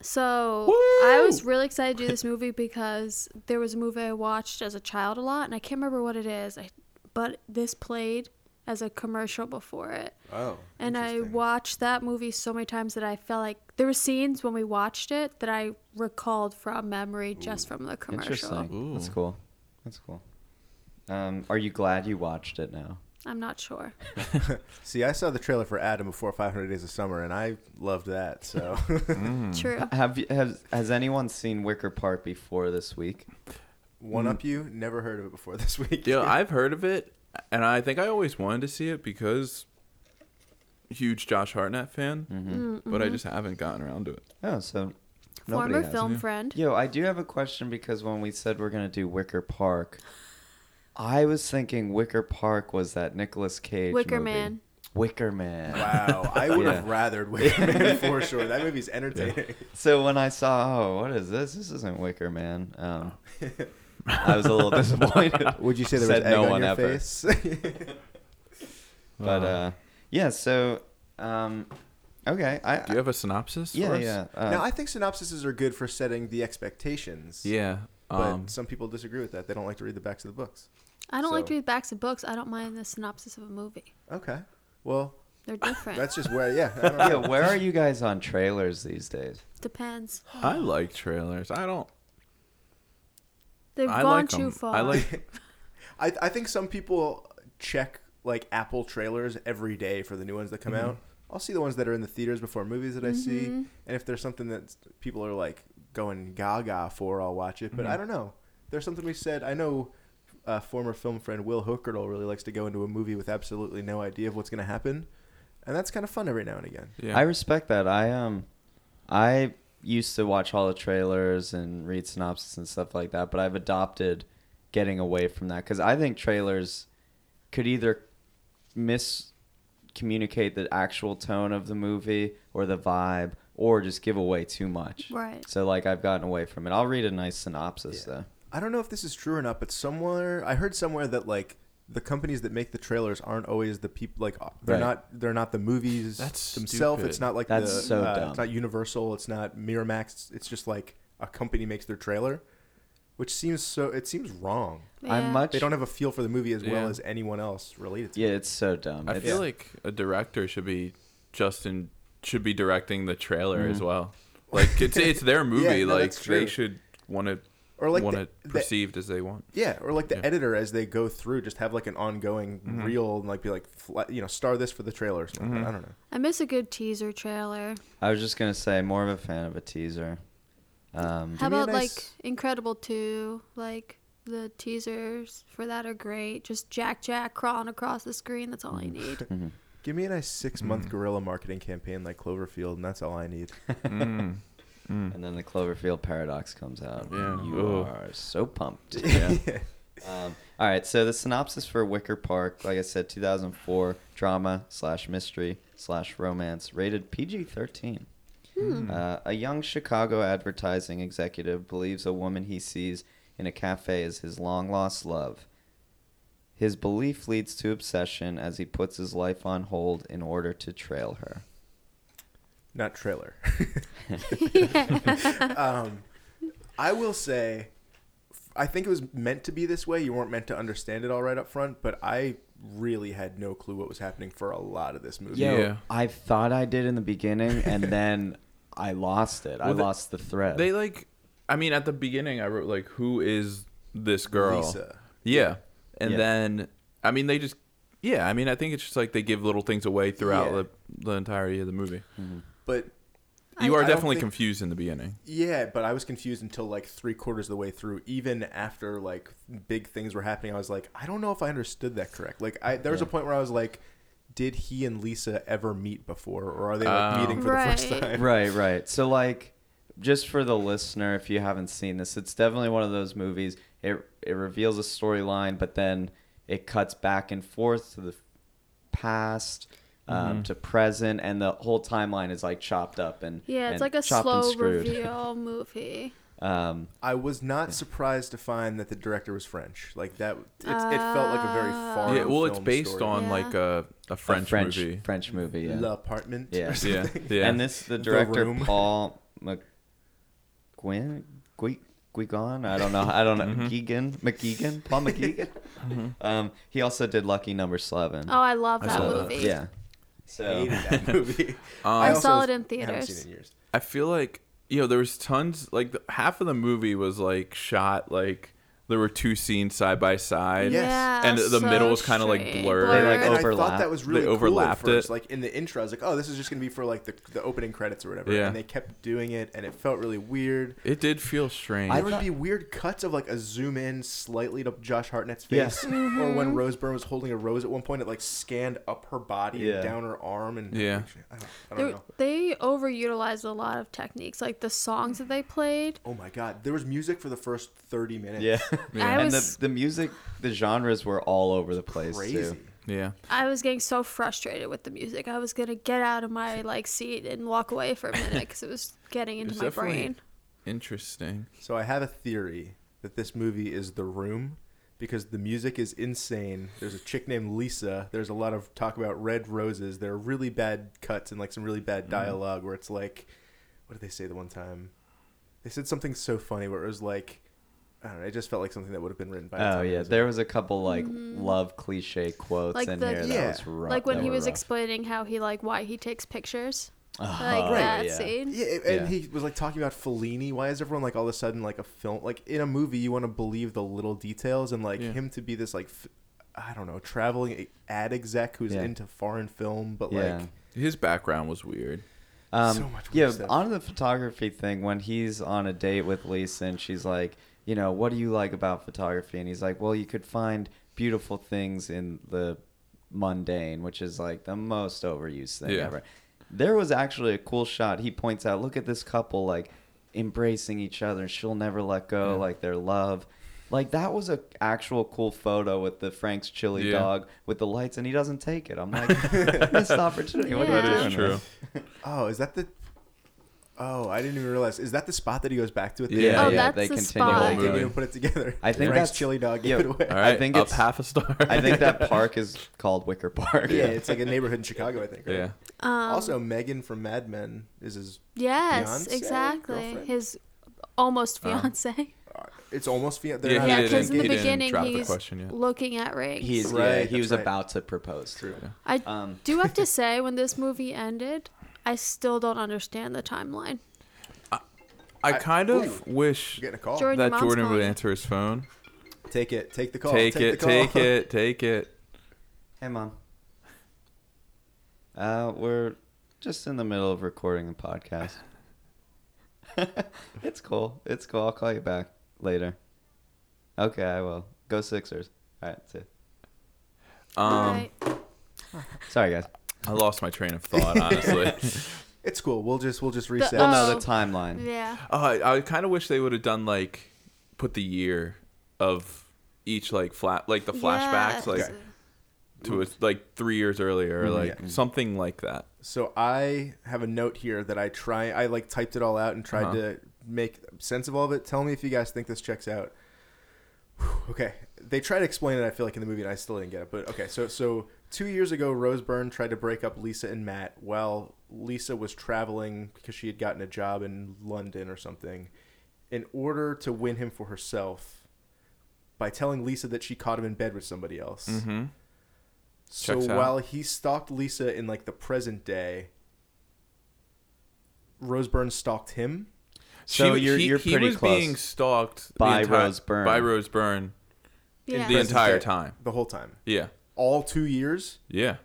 S2: So
S3: Woo!
S2: I was really excited to do this movie because there was a movie I watched as a child a lot, and I can't remember what it is. I, but this played as a commercial before it,
S4: Oh.
S2: and I
S4: interesting.
S2: watched that movie so many times that I felt like there were scenes when we watched it that I recalled from memory just from the commercial.
S1: Interesting. That's
S3: Ooh.
S1: cool. That's cool. Um, are you glad you watched it now?
S2: I'm not sure.
S4: See, I saw the trailer for Adam before 500 Days of Summer, and I loved that. So
S1: Mm.
S2: True.
S1: Have you has has anyone seen Wicker Park before this week?
S4: one up you, never heard of it before this week.
S3: Yo, I've heard of it. and I think I always wanted to see it because huge Josh Hartnett fan, but
S2: Mm-hmm.
S3: I just haven't gotten around to it.
S1: Oh, so nobody
S2: Former
S1: has.
S2: film friend.
S1: Yo, I do have a question because when we said we're gonna do Wicker Park, I was thinking Wicker Park was that Nicolas Cage
S2: Wicker
S1: movie.
S2: Man.
S1: Wicker Man.
S4: Wow, I would have
S1: Yeah.
S4: rathered Wicker Man for sure. That movie's entertaining.
S1: So when I saw, oh, what is this? This isn't Wicker Man. Um, I was a little disappointed.
S4: Would you say there
S1: Said
S4: was egg
S1: no
S4: on
S1: one
S4: your
S1: ever.
S4: face?
S1: But uh, yeah, so um, okay, I,
S3: Do you have a synopsis?
S1: yeah
S3: for us?
S1: yeah uh,
S4: now, I think synopsises are good for setting the expectations.
S3: yeah.
S4: But
S3: Um,
S4: some people disagree with that. They don't like to read the backs of the books.
S2: I don't like
S4: So-
S2: to read backs of books. I don't mind the synopsis of a movie.
S4: Okay. Well,
S2: They're different.
S4: that's just where, yeah. I don't
S1: yeah.
S4: know.
S1: Where are you guys on trailers these days?
S2: Depends.
S3: I like trailers. I don't.
S2: They've
S3: I
S2: gone
S3: like
S2: too
S3: 'em.
S2: far.
S3: I like.
S4: I, I think some people check like Apple trailers every day for the new ones that come out. I'll see the ones that are in the theaters before movies that I see, and if there's something that people are like going gaga for, I'll watch it. But I don't know. There's something we said. I know uh, former film friend Will Hookertle really likes to go into a movie with absolutely no idea of what's going to happen, and that's kind of fun every now and again.
S3: Yeah.
S1: I respect that. I um, I used to watch all the trailers and read synopsis and stuff like that, but I've adopted getting away from that because I think trailers could either miscommunicate the actual tone of the movie or the vibe, or just give away too much.
S2: Right.
S1: So like, I've gotten away from it. I'll read a nice synopsis though.
S4: I don't know if this is true or not, but somewhere I heard somewhere that like the companies that make the trailers aren't always the people like uh, they're
S1: Right.
S4: not they're not the movies
S3: That's
S4: themselves.
S3: stupid.
S4: It's not like
S1: That's
S4: the,
S1: so
S4: uh,
S1: dumb.
S4: it's not Universal. It's not Miramax. It's, it's just like a company makes their trailer, which seems so it seems wrong.
S1: I'm
S2: Yeah.
S1: much.
S4: They don't have a feel for the movie as well
S3: Yeah.
S4: as anyone else related to.
S1: yeah, it's so dumb.
S3: I
S1: It's-
S3: feel like a director should be Justin should be directing the trailer
S1: Mm-hmm.
S3: as well. Like it's it's their movie.
S4: Yeah, no,
S3: like
S4: that's true.
S3: they should want to
S4: Or, like,
S3: want
S4: the-
S3: it
S4: the-
S3: perceived as they want.
S4: Yeah, or like the
S3: Yeah. Mm-hmm.
S4: editor as they go through, just have like an ongoing reel and like be like, fla- you know, star this for the trailer. Or something. I don't know.
S2: I miss a good teaser trailer.
S1: I was just gonna say, more of a fan of a teaser. Um,
S2: How
S4: me a
S2: about
S4: nice-
S2: like Incredible 2? Like the teasers for that are great. Just Jack Jack crawling across the screen. That's all I need.
S4: Give me a nice six month guerrilla marketing campaign like Cloverfield, and that's all I need.
S3: Mm,
S1: And then the Cloverfield paradox comes out.
S3: Yeah.
S1: You
S3: Ooh.
S1: are so pumped.
S3: Yeah.
S1: Um, all right. So the synopsis for Wicker Park, like I said, 2004 drama slash mystery slash romance, rated PG-13. Uh, a young Chicago advertising executive believes a woman he sees in a cafe is his long lost love. His belief leads to obsession as he puts his life on hold in order to trail her.
S4: not trailer. um, I will say, I think it was meant to be this way. You weren't meant to understand it all right up front, but I really had no clue what was happening for a lot of this movie.
S1: Yo,
S3: Yeah.
S1: I thought I did in the beginning, and then I lost it. I
S3: Well, they-
S1: lost the thread.
S3: They like. I mean, at the beginning, I wrote like, "Who is this girl?"
S4: Lisa.
S3: Yeah, and
S1: Yeah.
S3: then I mean, they just. Yeah, I mean, I think it's just like they give little things away throughout
S4: Yeah.
S3: the, the entirety of the movie.
S1: Mm-hmm.
S4: But
S3: You
S4: I
S3: are
S4: don't
S3: definitely
S4: think-
S3: confused in the beginning.
S4: yeah, but I was confused until like three quarters of the way through. Even after like big things were happening, I was like, I don't know if I understood that correct. Like, I there was a point where I was like, did he and Lisa ever meet before, or are they like
S3: Oh.
S4: meeting for the first
S2: Right.
S4: time?
S1: right, right. So, like, just for the listener, if you haven't seen this, it's definitely one of those movies. It it reveals a storyline, but then it cuts back and forth to the past.
S3: Mm-hmm.
S1: Um, to present and the whole timeline is like chopped up and
S2: Yeah, it's
S1: and
S2: like a
S1: chopped and
S2: slow
S1: screwed.
S2: reveal movie.
S1: Um,
S4: I was not surprised to find that the director was French. Like that, it, it felt like a very
S2: Oh.
S4: far.
S3: yeah, well, it's based on
S2: Yeah.
S3: like a, a
S1: a
S3: French,
S1: French
S3: movie.
S1: French movie, yeah.
S4: the apartment.
S1: Yeah.
S4: or
S1: Yeah.
S3: Yeah,
S4: something.
S3: yeah.
S1: And this the
S4: The
S1: director
S4: Room.
S1: Paul McGuin Gui- Guigon. I don't know. I don't know. Geegan McGeegan. Paul McGeegan. um, he also did Lucky Number Eleven.
S2: Oh, I love that
S3: saw that.
S2: movie.
S1: yeah. So
S4: Hated that
S3: Um,
S4: movie.
S2: I
S4: also
S2: saw it in
S4: Haven't
S2: theaters.
S4: seen it in years.
S3: I feel like you know there was tons like the, half of the movie was like shot like there were two scenes side by side.
S4: Yes.
S2: Yeah,
S3: And the- the middle is kinda, like,
S2: strange.
S3: blurred.
S1: They, like,
S4: and I
S1: overlap.
S4: thought that was
S3: They
S4: really cool at
S3: overlapped
S4: first.
S3: it.
S4: Like in the intro, I was like, "Oh, this is just gonna be for like the, the opening credits or whatever."
S3: Yeah.
S4: And they kept doing it, and it felt really weird.
S3: It did feel strange.
S4: There
S1: I-
S4: would
S1: thought-
S4: be weird cuts of like a zoom in slightly to Josh Hartnett's
S1: Yes.
S4: face, or when Rose Byrne was holding a rose at one point, it like scanned up her body
S1: Yeah.
S4: and down her arm, and
S3: Yeah.
S4: I don't, I don't
S2: They,
S4: know.
S2: they overutilized a lot of techniques, like the songs that they played.
S4: Oh my god, there was music for the first thirty minutes.
S1: Yeah.
S2: I
S1: and
S2: was-
S1: the, the music, the genres were all over the place
S4: crazy.
S1: too.
S3: yeah.
S2: I was getting so frustrated with the music. I was gonna get out of my like seat and walk away for a minute because it was getting into
S3: It's
S2: my
S3: definitely-
S2: brain.
S3: Interesting.
S4: So I have a theory that this movie is The Room because the music is insane. There's a chick named Lisa. There's a lot of talk about red roses. There are really bad cuts and like some really
S1: Mm-hmm.
S4: bad dialogue where it's like, what did they say the one time? They said something so funny where it was like, I don't know. It just felt like something that would have been written by.
S1: Oh
S4: Tom
S1: yeah,
S4: Hanks.
S1: there was a couple like love cliche quotes
S2: Mm-hmm. Like
S1: in
S2: the-
S1: here
S4: Yeah.
S1: that was rough.
S2: like when
S1: that
S2: he
S1: were
S2: was
S1: rough.
S2: explaining how he like why he takes pictures,
S1: Oh,
S2: like that
S1: yeah.
S2: scene.
S4: Yeah, and
S1: Yeah.
S4: he was like talking about Fellini. Why is everyone like all of a sudden like a film like in a movie you want to believe the little details and like
S3: Yeah.
S4: him to be this like f- I don't know traveling ad exec who's
S1: Yeah.
S4: into foreign film, but
S1: Yeah.
S4: like
S3: His background was weird.
S1: Um,
S4: So much
S1: yeah,
S4: weird stuff.
S1: on the photography thing, when he's on a date with Lisa and she's like, you know, what do you like about photography? And he's like, well, you could find beautiful things in the mundane, which is like the most overused thing
S3: Yeah.
S1: ever. There was actually a cool shot. He points out, look at this couple like embracing each other. and She'll never let go,
S3: Yeah.
S1: like their love. Like that was a actual cool photo with the Frank's chili
S3: Yeah.
S1: dog with the lights, and he doesn't take it. I'm like, missed opportunity. What
S2: Yeah.
S1: are you
S3: That
S1: doing
S3: is
S1: with
S3: true.
S1: this?"
S4: oh is that the oh I didn't even realize is that the spot that he goes back to at the
S3: Yeah,
S4: end?
S2: oh,
S1: yeah,
S2: that's
S1: they
S2: the
S1: continue
S3: the
S4: Oh, they
S2: spot.
S3: movie.
S4: didn't even put it together.
S1: I think
S4: Frank's
S1: that's-
S4: chili dog gave
S1: yeah.
S4: it away.
S3: All right.
S1: think
S3: up
S1: it's-
S3: half a star.
S1: I think that park is called Wicker Park.
S4: Yeah, it's like a neighborhood in Chicago, I think. Right?
S3: yeah.
S2: Um,
S4: Also, Megan from Mad Men is his.
S2: yes,
S4: fiancé,
S2: exactly.
S4: girlfriend?
S2: His almost fiance.
S4: uh, It's almost. They're
S3: Yeah,
S4: not
S3: he
S2: yeah,
S4: actually
S2: because in the
S3: he
S4: engaged.
S3: didn't
S2: beginning
S3: drop the
S2: he's
S3: question yet.
S2: looking at rings.
S1: He's
S4: Right,
S1: yeah, he
S4: that's
S1: was
S4: right.
S1: about to propose to.
S4: True.
S1: her.
S2: I
S1: Um,
S2: do have to say, when this movie ended, I still don't understand the timeline.
S3: I
S4: I-
S3: kind of wish
S4: We're getting a call.
S2: Jordan-
S3: that
S2: mom's
S3: Jordan would
S2: calling.
S3: answer his phone.
S4: Take it. Take the call.
S3: take, it,
S4: the call.
S3: take it, take it.
S1: hey, mom. Uh, we're just in the middle of recording a podcast. it's cool. It's cool. I'll call you back later. Okay, I will. Go Sixers. All right, that's it.
S3: Um,
S2: Alright.
S1: Sorry, guys.
S3: I lost my train of thought, honestly.
S4: It's cool. We'll just we'll just reset.
S1: Well, no,
S2: Oh.
S1: the um, timeline.
S2: Yeah.
S3: oh, I, I kind of wish they would have done like put the year of each like flat like the flashbacks like
S2: Yes.
S3: to it like three years earlier
S1: Mm-hmm.
S3: or like
S4: Yeah.
S3: something like that.
S4: So I have a note here that I try. I like typed it all out and tried
S3: Uh-huh.
S4: to make sense of all of it. Tell me if you guys think this checks out. Whew, okay, they try to explain it. I feel like in the movie, and I still didn't get it. But okay, so so two years ago, Rose Byrne tried to break up Lisa and Matt while Lisa was traveling because she had gotten a job in London or something, in order to win him for herself by telling Lisa that she caught him in bed with somebody else.
S3: Mm-hmm.
S4: So
S3: Checks out.
S4: while he stalked Lisa in like the present day, Rose Byrne stalked him.
S1: So you're- you're
S3: he
S1: pretty
S3: was
S1: close.
S3: being stalked the
S1: By
S3: enti-
S1: Rose Byrne.
S3: by Rose Byrne
S2: Yeah.
S3: the
S4: Present
S3: entire
S4: day,
S3: time.
S4: the whole time,
S3: Yeah,
S4: all two years.
S3: yeah.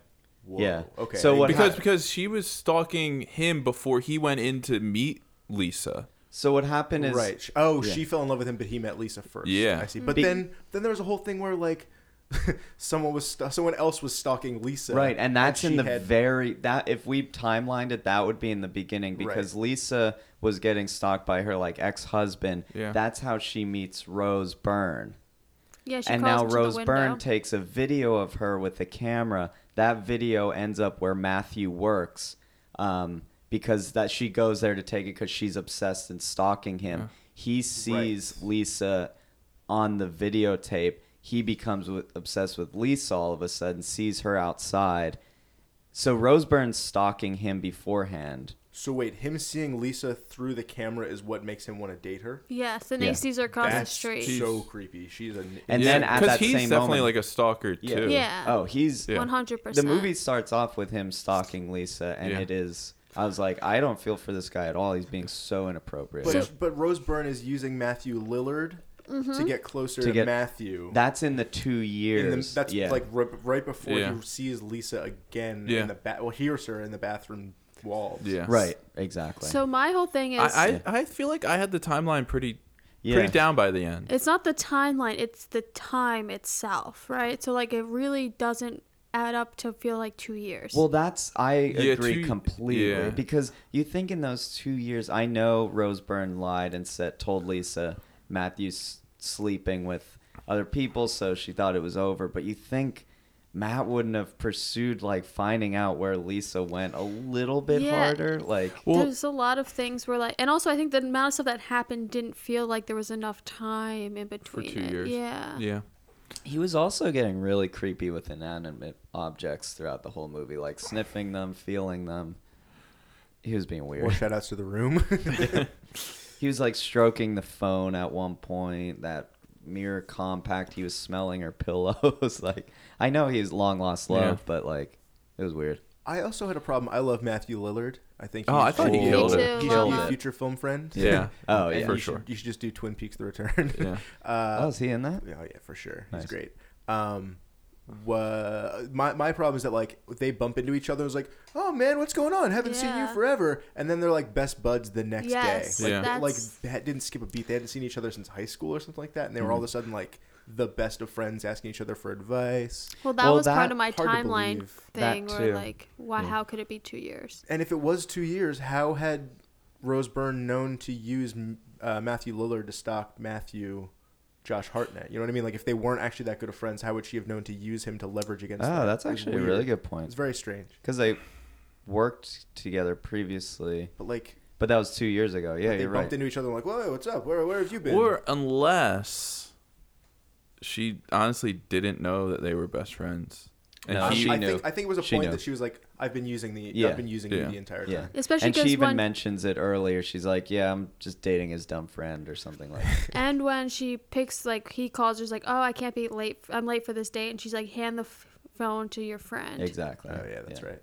S4: Whoa.
S1: Yeah.
S4: Okay.
S1: So what
S3: because
S1: hap-
S3: because she was stalking him before he went in to meet Lisa.
S1: So what happened is
S4: right? Sh- Oh,
S1: Yeah.
S4: she fell in love with him, but he met Lisa first.
S3: Yeah.
S4: I see.
S2: Mm.
S4: But
S1: Be-
S4: then then there was a whole thing where like someone was st- someone else was stalking Lisa.
S1: Right, and that's
S4: she
S1: in the
S4: had-
S1: very that if we timelined it, that would be in the beginning because Lisa was getting stalked by her like ex husband.
S3: Yeah.
S1: That's how she meets Rose Byrne.
S2: Yeah, she
S1: and
S2: calls
S1: now
S2: him to the
S1: Rose
S2: window.
S1: Byrne takes a video of her with a camera. That video ends up where Matthew works um, because that she goes there to take it because she's obsessed and stalking him. He sees Lisa on the videotape. He becomes with, obsessed with Lisa all of a sudden, sees her outside. So Rose Byrne's stalking him beforehand.
S4: So wait, him seeing Lisa through the camera is what makes him want to date her.
S2: Yes, and
S1: Yeah.
S2: he sees her across
S4: that's
S2: the street.
S4: so creepy. She's a
S1: And
S3: yeah,
S1: then at
S3: because
S1: that
S3: he's
S1: same
S3: definitely
S1: moment-
S3: like a stalker too.
S2: Yeah.
S1: Oh, he's
S3: Yeah.
S2: One hundred
S1: the
S2: percent.
S1: movie starts off with him stalking Lisa, and
S3: Yeah.
S1: it is. I was like, I don't feel for this guy at all. He's being so inappropriate.
S4: But, but Rose Byrne is using Matthew Lillard
S3: Mm-hmm.
S4: to get closer
S1: To
S4: to,
S1: get-
S4: Matthew.
S1: That's in the two years.
S4: in the, that's
S1: yeah.
S4: like right, right before
S3: Yeah.
S4: he sees Lisa again
S3: Yeah.
S4: in the ba- well hears her in the bathroom walls.
S3: Yeah.
S1: right. Exactly.
S2: So my whole thing is
S3: I, I, I feel like I had the timeline pretty
S1: yeah.
S3: pretty down by the end.
S2: it's not the timeline, it's the time itself, right? So like it really doesn't add up to feel like 2 years.
S1: Well, that's I
S3: Yeah,
S1: agree
S3: two-
S1: completely
S3: yeah.
S1: because you think in those two years, I know Rose Byrne lied and said told Lisa Matthew's sleeping with other people, so she thought it was over. But you think Matt wouldn't have pursued like finding out where Lisa went a little bit
S2: Yeah.
S1: harder, like
S3: Well,
S2: There's a lot of things where like and also I think the amount of stuff that happened didn't feel like there was enough time in between
S3: two
S2: it.
S3: years.
S2: Yeah.
S3: yeah.
S1: He was also getting really creepy with inanimate objects throughout the whole movie, like sniffing them, feeling them. He was being
S4: More
S1: weird.
S4: shout outs to the room.
S1: He was like stroking the phone at one point, that mirror compact. He was smelling her pillows. like, I know he's long lost love,
S3: Yeah.
S1: but like, it was weird.
S4: I also had a problem. I love Matthew Lillard. I think.
S3: Oh, I thought he
S4: should-
S3: killed
S2: Me
S3: it.
S2: too.
S4: He should
S1: Killed
S4: be a
S1: it.
S4: future film friend.
S3: Yeah.
S1: Oh,
S4: And
S1: yeah.
S3: For
S4: you
S3: sure.
S4: Should, you should just do Twin Peaks: The Return.
S3: Yeah.
S4: Uh,
S1: oh, is he in that?
S4: Yeah, Oh yeah, for sure.
S1: Nice.
S4: He's great. Um, wa- my my problem is that like they bump into each other. It's like, oh man, what's going on? Haven't seen you
S2: Yeah.
S4: forever. And then they're like best buds the next
S2: Yes,
S4: day. Like,
S3: Yeah.
S4: they- like
S2: that's-
S4: they didn't skip a beat. They hadn't seen each other since high school or something like that. And they were all of a sudden like the best of friends, asking each other for advice.
S2: Well, that
S1: Well,
S2: was
S1: that-
S2: part of my
S4: hard to
S2: timeline
S4: believe.
S1: That Mm.
S2: thing where
S3: too.
S2: like why how could it be 2 years?
S4: And if it was two years, how had Rose Byrne known to use uh, Matthew Lillard to stalk Matthew? Josh Hartnett, you know what I mean? Like, if they weren't actually that good of friends, how would she have known to use him to leverage against?
S1: Oh,
S4: that?
S1: that's
S4: It was
S1: actually a
S4: weird.
S1: really good
S4: It's
S1: point.
S4: very strange.
S1: Because they worked together previously,
S4: But like
S1: but that was two years ago. Yeah,
S4: they
S1: you're
S4: bumped
S1: right.
S4: into each other and like, whoa, what's up? Where where have you been?
S3: Or unless she honestly didn't know that they were best friends. And
S1: No,
S4: Um,
S3: he
S4: I
S3: knew.
S4: think I think it was a
S1: She
S4: point
S1: knew.
S4: that she was like, I've been using the
S1: Yeah.
S4: I've been using
S3: Yeah.
S4: you the entire
S1: Yeah.
S4: time.
S2: Especially
S1: and she
S2: because
S1: even
S2: when
S1: mentions it earlier. She's like, "Yeah, I'm just dating his dumb friend or something like." that.
S2: and when she picks like he calls her she's like, "Oh, I can't be late. I'm late for this date." And she's like, "Hand the f- phone to your friend."
S1: exactly.
S4: Oh yeah, that's right.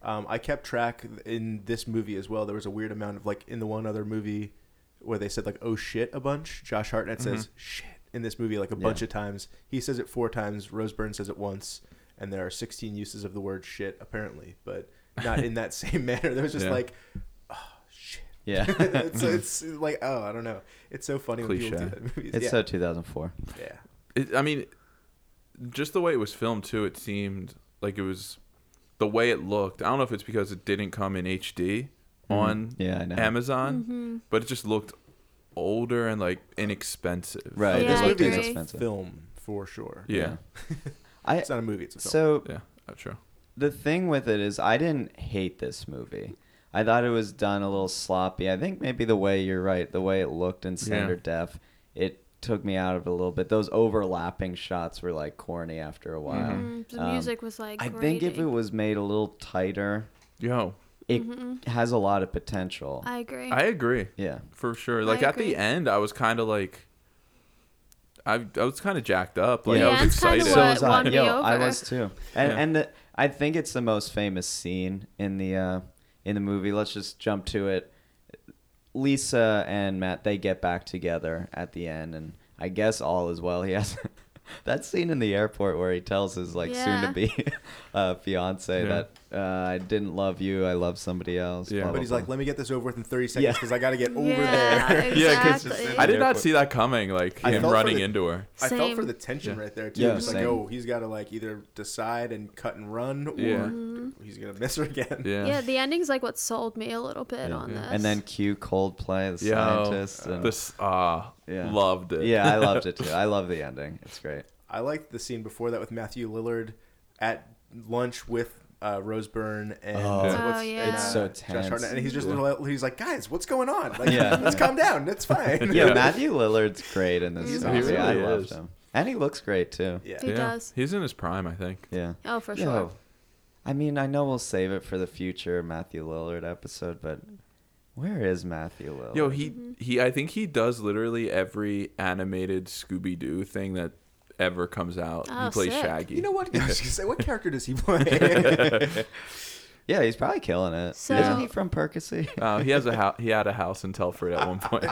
S4: Um, I kept track in this movie as well. There was a weird amount of like in the one other movie where they said like oh shit a bunch. Josh Hartnett says shit in this movie like a bunch
S1: Yeah.
S4: of times. He says it four times. Rose Byrne says it once, and there are sixteen uses of the word shit apparently, but not in that same manner. There was just
S3: Yeah.
S4: like oh shit.
S1: Yeah.
S4: it's, it's like oh I don't know. It's so funny when
S3: Cliche.
S4: people do that. in Movies.
S1: It's
S4: yeah.
S1: so 2004.
S4: yeah.
S3: it, I mean, just the way it was filmed too, it seemed like it was the way it looked. I don't know if it's because it didn't come in HD on
S1: Mm-hmm. Yeah, I know.
S3: Amazon, but it just looked older and like inexpensive.
S1: Right.
S4: Oh,
S2: Yeah,
S4: this
S2: I
S4: movie is
S2: agree.
S4: a film for sure.
S3: Yeah.
S1: I
S4: It's not a movie; it's a film.
S1: so
S3: Yeah. That's true.
S1: the thing with it is I didn't hate this movie. I thought it was done a little sloppy. I think maybe the way you're right, the way it looked in standard def, it took me out of it a little bit. Those overlapping shots were like corny after a while.
S4: Mm-hmm.
S2: Mm, The
S1: Um,
S2: music was like
S1: I think if it
S2: grating.
S1: was made a little tighter,
S3: Yo,
S1: it has a lot of potential.
S2: Mm-hmm. I agree.
S3: I agree.
S1: yeah.
S3: For sure. Like at
S2: agree.
S3: the end, I was kind of like, I, I was kind of jacked up. Like
S1: Yeah,
S3: I was
S2: it's kinda
S3: excited.
S2: what-
S1: so was I.
S2: won me
S1: Yo, I
S2: over.
S1: was too. And
S3: Yeah.
S1: and the, I think it's the most famous scene in the uh, in the movie. Let's just jump to it. Lisa and Matt they get back together at the end, and I guess all is well. He has that scene in the airport where he tells his like soon to
S2: Yeah.
S1: be uh, fiance
S3: Yeah.
S1: that uh, I didn't love you, I love somebody else.
S3: Yeah.
S1: blah,
S4: But he's
S1: blah,
S4: like,
S1: blah.
S4: "Let me get this over with in 30
S1: Yeah.
S4: seconds because I got to get over
S2: yeah,
S4: there."
S2: Exactly.
S3: Yeah, 'cause I did not
S1: Airport.
S3: see that coming. Like
S4: I
S3: him
S4: felt for
S3: running
S4: the-
S3: into her.
S4: I felt for
S2: Same.
S4: the tension
S3: Yeah.
S4: right there too.
S1: Yeah,
S4: just
S1: same.
S4: like, oh, he's got to like either decide and cut and run, or
S3: Yeah.
S2: Mm-hmm.
S4: he's gonna miss her again.
S3: Yeah.
S2: Yeah, the ending's like what sold me a little bit
S1: Yeah.
S2: on
S3: Yeah.
S2: this.
S1: and then cue Coldplay, the
S3: Yo,
S1: scientist. And,
S3: this ah
S1: Yeah.
S3: loved it.
S1: yeah, I loved it too. I love the ending. It's great.
S4: I liked the scene before that with Matthew Lillard at lunch with uh, Rose Byrne and
S1: Oh.
S4: what's-
S2: Oh,
S4: and,
S2: yeah.
S4: uh,
S1: It's so
S4: Josh
S1: tense.
S4: Hartnett, and he's just
S3: Yeah.
S4: little, he's like, "Guys, what's going on? Like,
S1: Yeah.
S4: let's calm down. It's fine."
S1: yeah, Matthew Lillard's great in this
S2: He's
S1: movie.
S2: awesome.
S1: I
S3: He really
S1: loved
S3: is.
S1: him, and he looks great too.
S4: yeah.
S2: He does.
S3: He's in his prime, I think.
S1: Yeah.
S2: oh, for
S1: Yo,
S2: sure.
S1: I mean, I know we'll save it for the future Matthew Lillard episode, but where is Matthew Lillard?
S3: Yo, he
S2: Mm-hmm.
S3: he I think he does literally every animated Scooby Doo thing that ever comes out.
S2: Oh,
S3: he plays
S2: sick.
S3: Shaggy.
S4: You know what? I was gonna say, what character does he play?
S1: Yeah, he's probably killing it.
S2: So-
S1: Isn't he from Percy?
S3: Uh, he has a hou- he had a house in Telford at one point.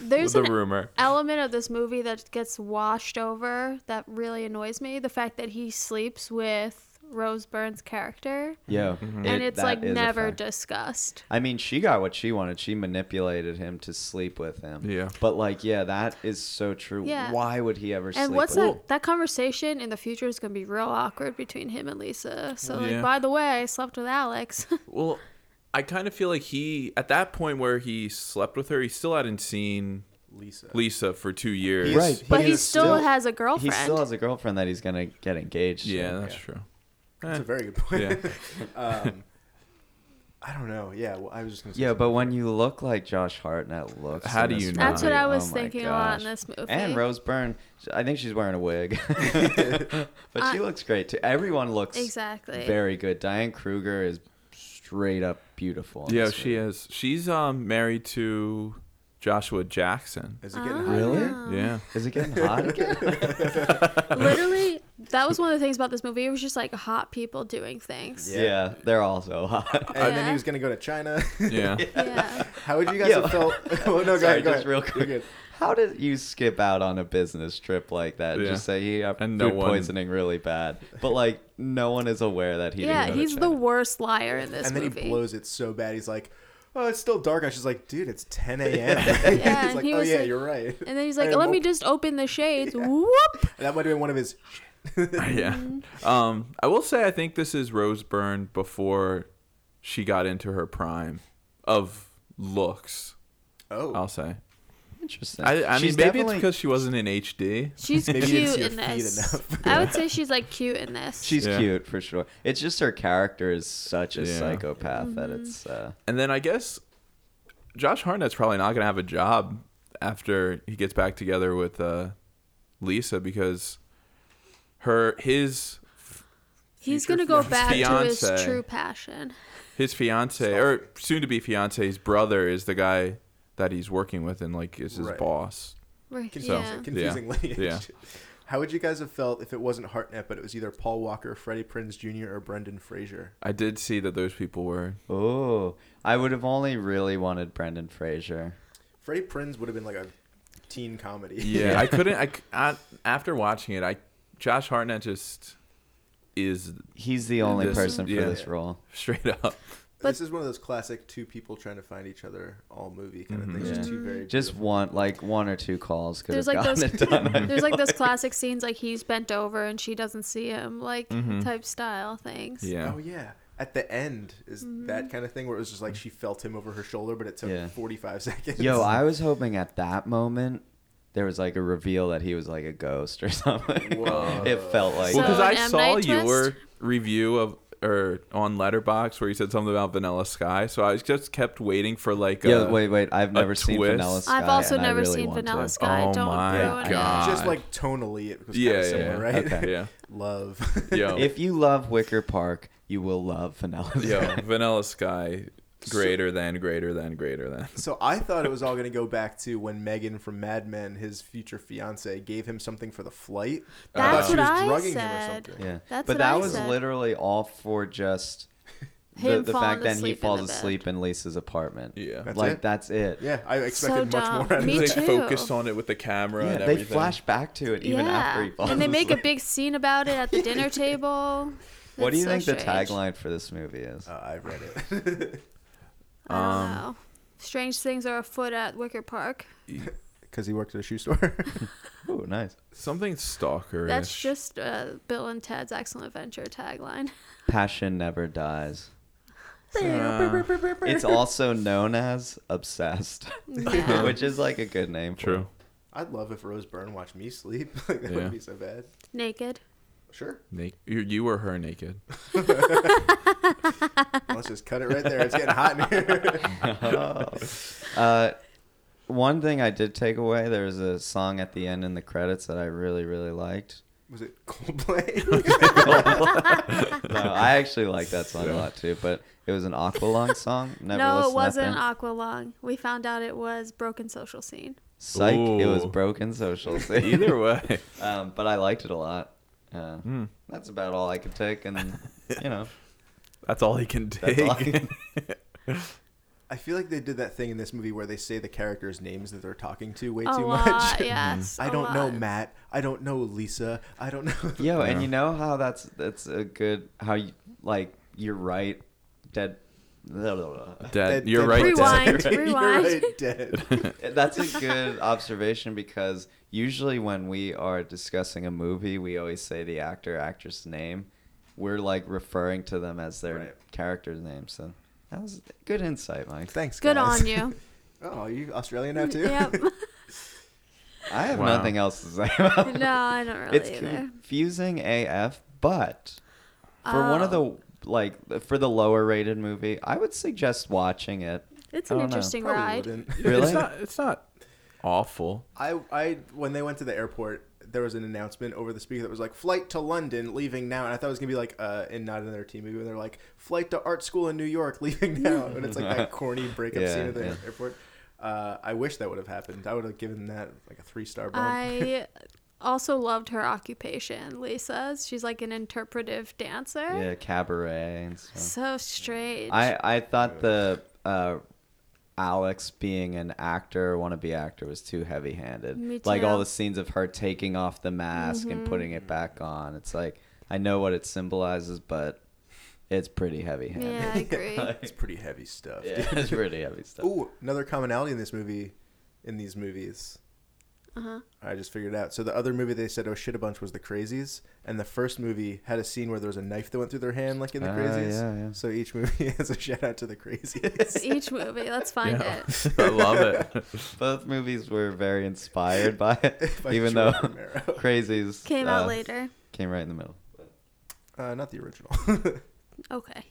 S2: There's
S3: the
S2: an
S3: rumor.
S2: element of this movie that gets washed over that really annoys me. The fact that he sleeps with Rose Byrne's character,
S1: yeah,
S3: mm-hmm.
S2: and it's
S1: that
S2: like
S1: is a
S2: never
S1: fact.
S2: discussed.
S1: I mean, she got what she wanted. She manipulated him to sleep with him.
S3: Yeah.
S1: But like, yeah, that is so true.
S2: Yeah.
S1: Why would he ever
S2: And
S1: sleep
S2: what's
S1: with
S2: that? That conversation in the future is gonna be real awkward between him and Lisa. So, like,
S3: Yeah.
S2: by the way, I slept with Alex.
S3: Well, I kind of feel like he at that point where he slept with her, he still hadn't seen
S4: Lisa.
S3: Lisa for two years.
S4: He's-
S1: Right,
S4: he
S2: but
S4: is
S2: he still has a
S1: He
S2: girlfriend.
S1: still has a girlfriend that he's gonna get engaged. to.
S3: Yeah, that's true.
S4: That's a
S3: Eh.
S4: very good point.
S3: Yeah.
S4: um, I don't know. Yeah, well, I was just gonna. Say
S1: Yeah, but when you look like Josh Hartnett looks,
S3: How
S1: in
S3: do
S1: this
S3: you
S1: movie,
S3: not?
S2: That's what I
S1: oh
S2: was
S1: my
S2: thinking a lot in
S1: gosh.
S2: this movie.
S1: And Rose Byrne, I think she's wearing a wig, but she
S2: Uh,
S1: looks great too. Everyone looks
S2: Exactly.
S1: very good. Diane Kruger is straight up beautiful. in
S3: Yeah,
S1: this
S3: she is. She's um married to Joshua Jackson.
S4: is it
S2: Uh, Ah.
S4: getting
S1: movie.
S4: hot?
S1: really.
S3: Yeah.
S1: Is it getting hot again?
S2: Literally, that was one of the things about this movie. It was just like hot people doing things.
S1: Yeah, they're also hot.
S4: And then
S2: Yeah.
S4: he was gonna go to China.
S3: Yeah.
S2: Yeah.
S4: How would you guys
S1: Yo.
S4: have felt? oh no, go
S1: Sorry,
S4: ahead, go
S1: just
S4: ahead.
S1: real
S4: You're
S1: quick.
S4: good.
S1: How did you skip out on a business trip like that?
S3: Yeah.
S1: Just say he had
S3: And no
S1: food
S3: one-
S1: poisoning really bad, but like no one is aware that he. didn't
S2: yeah,
S1: go to
S2: he's the
S1: China.
S2: worst liar in this
S4: And then
S2: movie.
S4: he blows it so bad, he's like, "Oh, it's still dark." I was just like, "Dude, it's 10 a.m." he's
S2: Yeah, and
S4: like,
S2: he
S4: "Oh
S2: was
S4: yeah,
S2: like-
S4: you're right."
S2: and then he's like,
S4: And
S2: "Let me
S4: we'll-
S2: just open the shades." Whoop!
S4: That might have been one of his.
S3: yeah. Um, I will say I think this is Rose Byrne before she got into her prime of looks.
S4: Oh,
S3: I'll say.
S1: Interesting.
S3: I, I mean,
S1: She's
S3: maybe
S1: definitely-
S3: it's because she wasn't in HD.
S2: She's
S4: Maybe you didn't
S2: cute
S4: see her
S2: in
S4: feet
S2: this.
S4: enough.
S2: I would say she's like cute in this.
S1: she's
S3: Yeah.
S1: cute for sure. It's just her character is such a
S3: Yeah.
S1: psychopath that
S2: Mm-hmm.
S1: it's. Uh,
S3: And then I guess Josh Hartnett's probably not gonna have a job after he gets back together with uh, Lisa because her his
S2: he's
S4: future
S2: gonna go
S4: fiancé.
S2: back to his
S3: Fiancé.
S2: true passion.
S3: his fiance or soon to be fiance's brother is the guy that he's working with and like is his
S4: Right.
S3: boss.
S2: Right.
S4: confusing,
S2: Yeah.
S4: confusing lineage.
S3: Yeah.
S4: How would you guys have felt if it wasn't Hartnett, but it was either Paul Walker, Freddie Prinz Jr., or Brendan Fraser?
S3: I did see that those people were
S1: oh, I would have only really wanted Brendan Fraser.
S4: Freddie Prinz would have been like a teen comedy.
S3: Yeah, I couldn't. I, c- I- after watching it, I Josh Hartnett just is
S1: He's the only
S3: This-
S1: person for
S3: yeah.
S1: this role.
S3: straight up.
S4: this is one of those classic two people trying to find each other all movie kind of things. Just two very
S1: Mm-hmm. Just
S4: beautiful-
S1: one, like one or two calls could
S2: There's
S1: have
S2: like
S1: gotten
S2: those.
S1: it done. I
S2: There's
S1: feel
S2: like those classic scenes, like he's bent over and she doesn't see him, like type style things.
S3: Yeah,
S4: Oh yeah. At the end is
S2: Mm-hmm.
S4: that kind of thing where it was just like she felt him over her shoulder, but it took
S1: Yeah.
S4: 45 seconds.
S1: Yo, I was hoping at that moment there was like a reveal that he was like a ghost or something.
S4: Whoa.
S1: it felt like
S3: well, because
S2: So
S3: I
S2: an M.
S3: saw
S2: Night
S3: your
S2: twist?
S3: review of or on Letterbox where you said something about Vanilla Sky, so I just kept waiting for like.
S1: Yeah,
S3: uh, a,
S1: wait, wait. I've never seen
S3: twist.
S1: Vanilla Sky.
S2: I've also
S1: and I
S2: never
S1: really
S2: seen
S1: want to.
S2: Vanilla Sky.
S3: Oh
S2: Don't
S3: my
S2: ruin
S3: God.
S4: just like tonally it was kind
S3: Yeah,
S4: of
S3: yeah,
S4: similar,
S3: yeah.
S4: right?
S1: Okay.
S3: yeah,
S4: Love.
S3: yo,
S1: If you love Wicker Park, you will love Vanilla Sky.
S3: yo, Vanilla Sky, greater than, greater than, greater than.
S4: So I thought it was all going to go back to when Megan from Mad Men, his future fiance, gave him something for the flight.
S2: That's
S4: I
S2: what I
S4: thought she was drugging him or
S2: said.
S4: something.
S1: Yeah.
S2: That's
S1: but
S2: what
S1: that
S2: I
S1: was
S2: said.
S1: literally all for just the,
S2: Him
S1: the
S2: falling
S1: fact that he
S2: asleep in
S1: falls
S2: the bed.
S1: asleep in Lisa's apartment.
S3: Yeah. That's
S1: like
S4: it.
S1: that's it.
S4: Yeah, I expected much
S2: dumb.
S4: more. out of
S2: Me
S3: they
S4: this.
S2: too.
S3: focused on it with the camera
S1: Yeah,
S3: and
S1: they
S3: everything.
S1: flash back to it even after he falls
S2: and they make a
S1: asleep.
S2: big scene about it at the dinner table.
S1: What do
S2: It's
S1: you
S2: so
S1: think the
S2: strange.
S1: tagline for this movie is?
S3: Oh.
S4: Uh, I read it
S2: I don't
S1: um,
S2: know. Strange things are afoot at Wicker Park.
S4: because he worked at a shoe store.
S1: Ooh, nice.
S3: Something stalker.
S2: That's just uh, Bill and Ted's Excellent Adventure tagline.
S1: Passion never dies. It's also known as obsessed,
S2: Yeah.
S1: which is like a good name. For
S3: true.
S4: I'd love if Rose Byrne watched me sleep. Like that
S3: Yeah.
S4: would be so bad.
S2: Naked.
S4: Sure,
S3: Naked. You, you were her naked.
S4: let's just cut it right there. It's getting hot in here.
S1: Uh, one thing I did take away there was a song at the end in the credits that I really really liked.
S4: Was it Coldplay?
S1: No, I actually like that song a lot too, but it was an Aqualung song. Never
S2: no, it
S1: listened to that
S2: wasn't
S1: band.
S2: Aqualung. We found out it was Broken Social Scene.
S1: Psych. It was
S3: Ooh.
S1: Broken Social.
S3: Either Hmm. way.
S1: um, but I liked it a lot. Uh, That's about all I could take, and you know,
S3: That's all he can
S1: That's
S3: take.
S1: all I can-
S4: I feel like they did that thing in this movie where they say the characters' names that they're talking to way
S2: a
S4: too
S2: lot,
S4: much.
S1: Mm.
S2: yes.
S4: I
S2: a
S4: don't know
S2: lot.
S4: Matt. I don't know Lisa. I don't know.
S1: Yo, and you know how that's that's a good how you like you're right, dead. blah, blah, blah.
S3: Dad,
S4: Dead-
S3: you're
S4: dead-
S3: right.
S2: Rewind.
S3: Dad.
S4: You're
S2: rewind.
S4: right, dead.
S1: That's a good observation because usually when we are discussing a movie, we always say the actor actress name. We're like referring to them as their
S4: Right.
S1: character's name. So that was good insight, Mike.
S4: Thanks,
S2: Good
S4: guys.
S2: on you.
S4: Oh, you Australian now too?
S2: Mm, yep.
S1: I have
S3: Wow.
S1: nothing else to say about it.
S2: No, I don't really
S1: it's
S2: either.
S1: confusing AF, but for one of the
S2: Oh.
S1: like for the lower rated movie, I would suggest watching it.
S2: It's
S1: I don't
S2: an
S1: know.
S2: interesting
S4: Probably
S2: ride.
S4: wouldn't.
S1: Really?
S3: It's not. It's not awful.
S4: I, I when they went to the airport, there was an announcement over the speaker that was like "Flight to London, leaving now," and I thought it was gonna be like uh, in not another team movie, and they're like "Flight to Art School in New York, leaving now," and it's like that corny breakup
S1: Yeah,
S4: scene at the
S1: yeah.
S4: airport. Uh, I wish that would have happened. I would have given that like a three star bump.
S2: I also loved her occupation, Lisa's. She's like an interpretive dancer.
S1: Yeah, cabaret and stuff.
S2: So strange.
S1: I I thought the uh, Alex being an actor, wannabe actor, was too heavy-handed.
S2: Me
S1: Like all
S2: too. Mm-hmm.
S1: the scenes of her taking off the mask and putting it back on. It's like I know what it symbolizes, but it's pretty heavy-handed.
S2: yeah, I agree.
S4: it's pretty heavy stuff.
S1: Yeah, it's pretty heavy stuff.
S4: Ooh, another commonality in this movie, in these movies.
S2: Uh-huh.
S4: I just figured it out. So the other movie they said oh shit a bunch was The Crazies, and the first movie had a scene where there was a knife that went through their hand, like in The
S1: Ah,
S4: Crazies.
S1: yeah, yeah.
S4: So each movie has a shout out to The Crazies.
S2: Each movie, let's find
S3: Yeah.
S2: it.
S3: I love it.
S1: Both movies were very inspired by it,
S4: By
S1: even though
S4: George Romero.
S1: Crazies
S2: Came out
S1: uh,
S2: later.
S1: Came right in the middle.
S4: uh, not the original.
S2: Okay.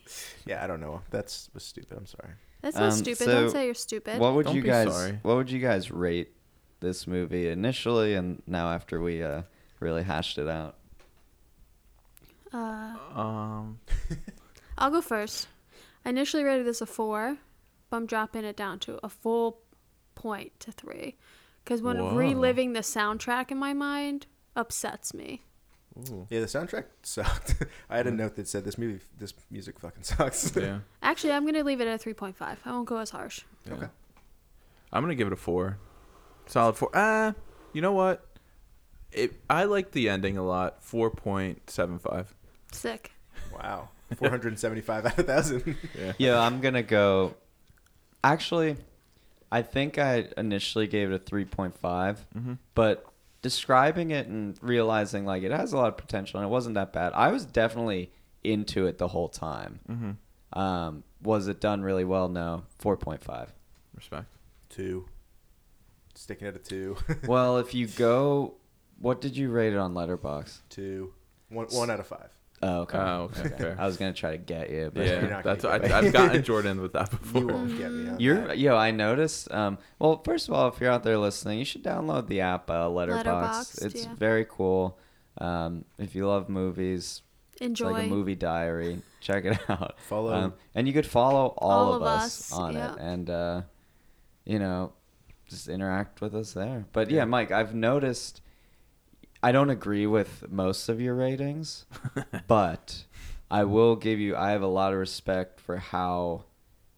S4: yeah, I don't know. That's was stupid. I'm sorry.
S2: That's not
S1: Um,
S2: stupid.
S1: so
S2: Don't say you're stupid.
S1: What would
S3: Don't
S1: you
S3: be
S1: guys?
S3: sorry.
S1: What would you guys rate this movie initially, and now after we uh, really hashed it out?
S2: Uh,
S3: Um,
S2: I'll go first. I initially rated this a four, but I'm dropping it down to a full point to three. Because when
S3: Whoa.
S2: reliving the soundtrack in my mind upsets me.
S4: Yeah, the soundtrack sucked. I
S1: Mm-hmm.
S4: had a note that said this movie, this music fucking sucks.
S3: yeah.
S2: Actually, I'm going to leave it at a 3.5. I won't go as harsh.
S3: yeah.
S4: Okay.
S3: I'm gonna give it a four. Solid four. Ah, you know what? It. I like the ending a lot. Four point seven five.
S2: Sick.
S4: Wow. 475 out of 1,000.
S3: Yeah.
S1: Yeah, I'm gonna go. Actually, I think I initially gave it a 3.5,
S3: Mm-hmm.
S1: but describing it and realizing like it has a lot of potential and it wasn't that bad. I was definitely into it the whole time. Mm-hmm. Um, was it done really well? No, 4.5.
S3: Respect.
S4: Two. Sticking at a two.
S1: well, if you go, what did you rate it on Letterbox?
S4: two. One, one out of five.
S1: Oh, okay.
S3: Oh, okay, fair.
S1: I was gonna try to get you, but
S4: you're
S3: Yeah.
S4: not
S3: That's.
S4: gonna
S3: I,
S4: get it.
S3: I've gotten Jordan with that
S4: You
S3: before.
S4: won't get me on
S1: You're
S4: that.
S1: yo. I noticed. Um, well, first of all, if you're out there listening, you should download the app uh, Letterbox.
S2: Letterboxd,
S1: It's
S2: yeah.
S1: very cool. Um, if you love movies, it's
S2: Enjoy.
S1: like a movie diary. Check it out.
S4: Follow-
S1: um, and you could follow all,
S2: All
S1: of
S2: of
S1: us,
S2: us,
S1: on
S2: yeah.
S1: it, and uh, you know, just interact with us there. But yeah, Mike, I've noticed. I don't agree with most of your ratings, but I will give you. I have a lot of respect for how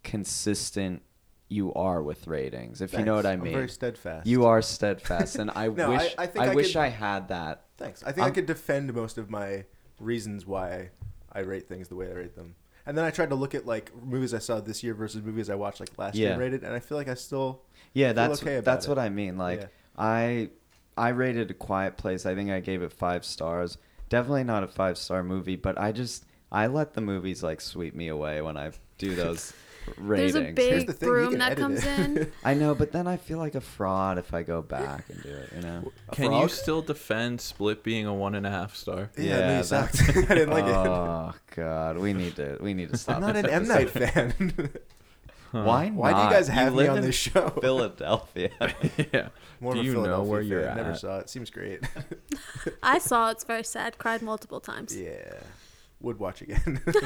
S1: consistent you are with ratings. If you know what I
S4: Thanks.
S1: mean,
S4: I'm very steadfast.
S1: you are steadfast, and I
S4: No, I-
S1: wish I,
S4: I think I
S1: wish
S4: could-
S1: I had that.
S4: Thanks. I think i
S1: I'm-
S4: could defend most of my reasons why I rate things the way I rate them. And then I tried to look at like movies I saw this year versus movies I watched like last year
S1: Yeah.
S4: and rated, and I feel like I still
S1: Yeah,
S4: feel
S1: that's
S4: okay about
S1: that's
S4: it.
S1: what I mean. Like
S4: Yeah.
S1: I I rated a quiet place. I think I gave it five stars. Definitely not a five star movie, but I just I let the movies like sweep me away when I do those ratings.
S2: There's a big
S4: the thing, you
S2: broom
S4: can
S2: that
S4: edit
S2: comes
S4: it.
S2: in.
S1: I know, but then I feel like a fraud if I go back and do it. You know.
S3: Can you
S4: frog?
S3: still defend Split being a one and a half star?
S4: Yeah, yeah
S1: Yeah,
S4: movie sucked. I didn't like it.
S1: oh god, we need to we need to stop.
S4: I'm not an
S1: this
S4: M Night
S1: episode.
S4: fan.
S1: Why?
S4: Why do you
S1: not?
S4: guys have me
S1: live
S4: on
S1: in
S4: this show?
S1: Philadelphia.
S3: yeah.
S4: More
S3: Do
S4: of a
S3: you know
S4: Philadelphia
S3: where
S4: fan.
S3: you're at?
S4: Never saw it. Seems great.
S2: I saw it's very sad. Cried multiple times.
S4: yeah, would watch again.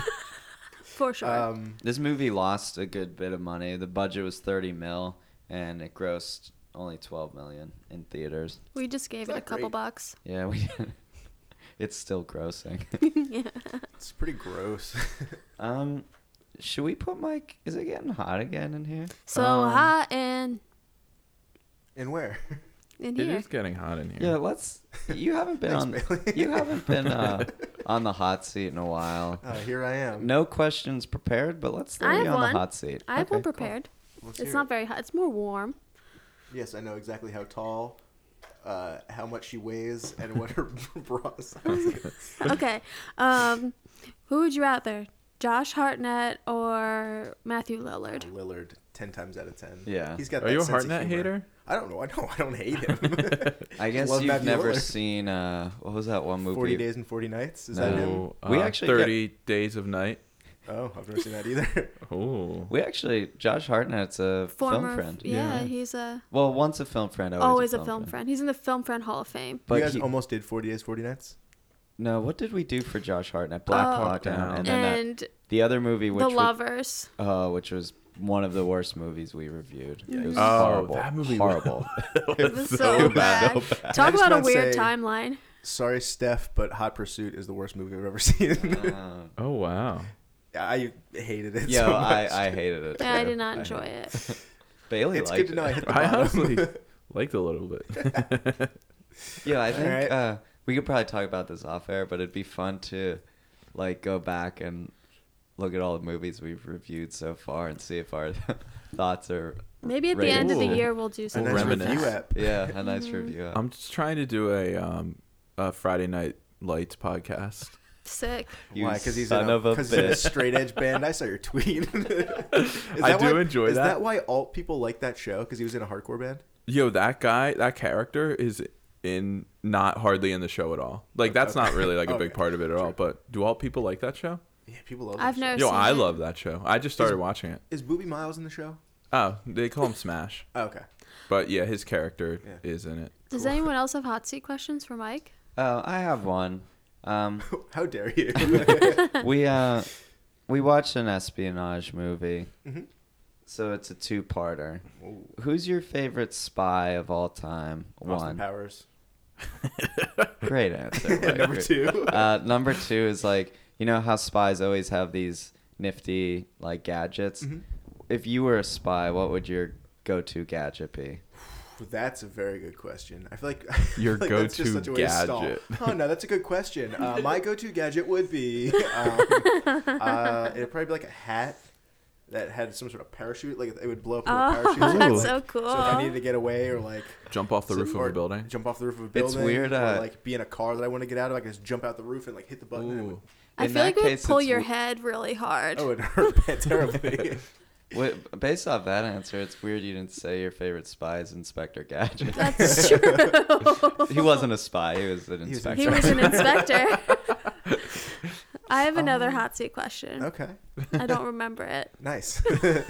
S2: For sure.
S4: um,
S1: This movie lost a good bit of money. The budget was 30 mil, and it grossed only 12 million in theaters.
S2: we just gave
S4: it's
S2: it a
S4: not
S2: couple
S4: great.
S2: bucks.
S1: Yeah, we it's still grossing.
S4: It's pretty gross.
S1: um, should we put Mike? Is it getting hot again in here?
S2: So
S3: Um,
S2: hot and
S4: and where?
S2: in
S3: It
S2: here.
S3: is getting hot in here.
S1: Yeah, let's. You haven't been on.
S4: Thanks, Bailey.
S1: You haven't been uh, on the hot seat in a while.
S4: Uh, here I am.
S1: No questions prepared, but let's throw
S2: I have
S1: you on
S2: one.
S1: the hot seat.
S2: I have one
S1: Okay, cool.
S2: prepared.
S4: Let's
S2: It's
S4: hear
S2: not
S4: it.
S2: very hot. It's more warm.
S4: Yes, I know exactly how tall, uh, how much she weighs, and what her bra size is.
S2: okay. Um, who would you rather, Josh Hartnett or Matthew Lillard?
S4: Lillard, ten times out of ten.
S1: Yeah.
S4: he's got.
S3: Are
S4: that
S3: you a
S4: sense of
S3: Hartnett
S4: humor.
S3: hater?
S4: I don't know. I don't. I don't hate him.
S1: I guess
S4: Love
S1: you've
S4: Matthew
S1: never
S4: Lillard.
S1: seen uh, what was that one movie?
S4: Forty days and forty nights. Is
S1: No.
S4: that him?
S3: Oh,
S1: We
S3: uh,
S1: actually get-
S3: thirty days of night.
S4: Oh, I've never seen that either.
S3: Oh,
S1: We actually, Josh Hartnett's a
S2: Former,
S1: film friend.
S2: yeah,
S3: Yeah.
S2: he's a
S1: Well, once a film friend, always,
S2: always
S1: a film friend.
S2: He's in the Film Friend Hall of Fame.
S1: But
S4: you guys
S1: he-
S4: almost did forty days, forty nights.
S1: no, what did we do for Josh Hartnett? Black
S2: Oh.
S1: Hawk Down,
S3: Down.
S1: and then that,
S2: And
S1: the other movie, which
S2: The
S1: we-
S2: Lovers.
S1: uh, which was one of the worst movies we reviewed. It was
S3: Oh,
S1: horrible.
S3: that movie was-
S1: horrible.
S2: It was so, bad.
S4: I
S2: Talk
S4: just
S2: about a
S4: wanna
S2: weird
S4: say-
S2: timeline.
S4: Sorry, Steph, but Hot Pursuit is the worst movie I've ever seen.
S1: Um,
S3: oh wow.
S4: I hated it.
S1: Yo,
S4: so much.
S1: I, I hated it.
S2: Yeah, I
S1: too.
S2: did not
S1: hated
S2: enjoy
S1: it.
S2: it.
S1: Bailey
S4: It's
S1: liked
S4: good to know I
S1: it.
S4: hit the
S3: I
S4: bottom.
S3: honestly liked a little bit.
S1: Yeah, I think
S4: Alright.
S1: uh, we could probably talk about this off air, but it'd be fun to like go back and look at all the movies we've reviewed so far and see if our thoughts are
S2: Maybe at the
S1: Right.
S2: end of the
S3: Ooh.
S2: year we'll do
S4: a
S2: something.
S4: nice
S3: Reminisce.
S4: review app.
S1: yeah a
S2: Mm-hmm.
S1: nice review. of-
S3: I'm just trying to do a um a Friday night lights podcast.
S2: Sick.
S1: You
S4: Why? Because he's,
S1: son
S4: in a,
S1: of a
S4: 'cause he's in a
S1: bitch.
S4: straight edge band. I saw your tweet. Is
S3: I
S4: that
S3: do
S4: why-
S3: enjoy
S4: Is
S3: that.
S4: that why alt people like that show? Because he was in a hardcore band.
S3: Yo, that guy, that character is in not hardly in the show at all. Like that's not really like a big
S4: Okay.
S3: part of it at all. But do all people like that show?
S4: Yeah, people love.
S2: I've
S4: that
S2: never-
S4: Show.
S3: Yo,
S2: seen
S3: I
S2: it.
S3: love that show. I just started watching it.
S4: Is Booby Miles in the show?
S3: Oh, they call him Smash.
S4: Oh, okay.
S3: But yeah, his character
S4: Yeah.
S3: is in it.
S2: Does anyone else have hot seat questions for Mike?
S1: Oh, I have one. Um,
S4: How dare you?
S1: we uh, we watched an espionage movie,
S4: Mm-hmm.
S1: so it's a two-parter.
S4: Ooh,
S1: Who's your favorite spy of all time?
S4: Austin
S1: One.
S4: Powers.
S1: Great answer. Mike.
S4: Number
S1: Great-
S4: two.
S1: uh, number two is like you know how spies always have these nifty like gadgets.
S4: Mm-hmm.
S1: If you were a spy, what would your go-to gadget be?
S4: That's a very good question. I feel like I feel
S3: Your
S4: like that's
S3: go-to
S4: just such a way to stall.
S3: gadget.
S4: Oh no, that's a good question. Uh, my go-to gadget would be um, uh, it'd probably be like a hat that had some sort of parachute. Like it would blow up.
S2: Oh,
S4: with a parachute.
S2: that's
S4: like,
S2: so
S4: So if I
S2: cool.
S4: needed to get away or like
S3: Jump off the
S4: sit-
S3: roof of
S4: or
S3: a building.
S4: jump off the roof of a building.
S1: It's weird,
S4: or
S1: uh,
S4: like be in a car that I want to get out of. I can just jump out the roof and like hit the button. And it would,
S3: Ooh.
S2: I
S1: In
S2: feel
S1: that
S2: like we would
S1: case,
S2: pull
S1: it's
S2: your
S1: w-
S2: head really hard.
S4: oh, it hurt bad- terribly.
S1: Wi- based off that answer, it's weird you didn't say your favorite spy is Inspector Gadget.
S2: That's true.
S1: he wasn't a spy; he was an
S4: was
S1: inspector.
S2: He was an inspector. I have
S1: Um,
S2: another hot seat question.
S4: okay,
S2: I don't remember it.
S4: nice.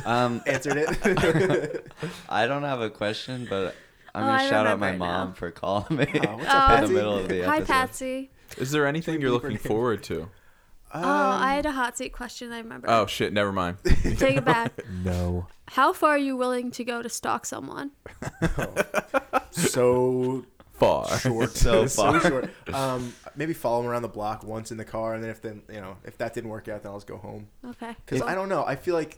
S1: um,
S4: Answered it.
S1: I don't have a question, but I'm
S2: Oh,
S1: gonna
S2: I
S1: shout out my
S2: remember now.
S1: mom for calling me
S4: Oh, what's
S2: up,
S1: in
S2: Patsy?
S1: the middle of the
S2: Um, Hi,
S1: episode.
S2: Patsy.
S3: Is there anything you're
S4: bleep
S3: looking
S4: her name?
S3: forward to?
S2: oh, I had a hot seat question. I remember.
S3: Oh shit, never mind.
S2: Take it back.
S4: no.
S2: How far are you willing to go to stalk someone?
S4: So
S3: Far.
S4: short.
S1: So far.
S4: short. Um, maybe follow him around the block once in the car, and then if then you know if that didn't work out, then I'll just go home.
S2: Okay.
S4: Because
S2: Well,
S4: I don't know. I feel like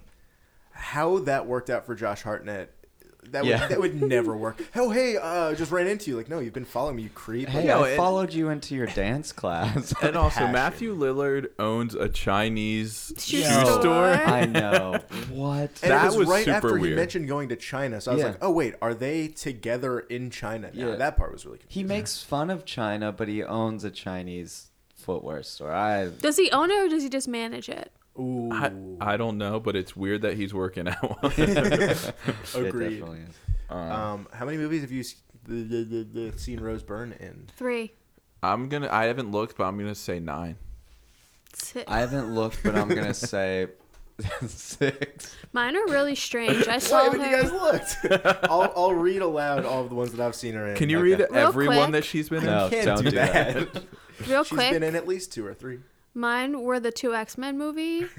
S4: how that worked out for Josh Hartnett. That would,
S1: Yeah.
S4: that would never work. Oh hey, uh, just ran into you. Like no, you've been following me, you creep.
S1: Hey,
S3: No,
S1: I
S3: it-
S1: followed you into your dance class.
S3: And also,
S4: Passion.
S3: Matthew Lillard owns a Chinese
S2: Shoe
S3: shoe,
S2: store.
S3: store.
S1: I know what.
S4: And
S3: That
S4: it was,
S3: was
S4: right
S3: super
S4: after he
S3: weird.
S4: mentioned going to China, so I was
S1: Yeah.
S4: like, oh wait, are they together in China? Now?
S1: Yeah.
S4: that part was really.
S1: He makes fun of China, but he owns a Chinese footwear store. I
S2: Does he own it or does he just manage it?
S4: Ooh,
S3: I, I don't know, but it's weird that he's working at one.
S1: It
S4: agreed.
S1: definitely is.
S4: Um, how many movies have you s- the- the- the- the- seen Rose Byrne in?
S2: Three.
S3: I'm gonna. I haven't looked, but I'm gonna say nine.
S2: Six.
S1: I haven't looked, but I'm gonna say six.
S2: Mine are really strange. I
S4: Why
S2: saw
S4: haven't you guys
S2: her.
S4: looked? I'll, I'll read aloud all of the ones that I've seen her in.
S3: Can you
S1: Okay.
S3: read every
S2: quick.
S3: one that she's been
S1: No.
S3: in?
S4: I can't
S1: don't
S4: do,
S1: do
S4: that.
S2: Real
S4: She's
S2: quick.
S4: been in at least two or three.
S2: Mine were the two X Men movies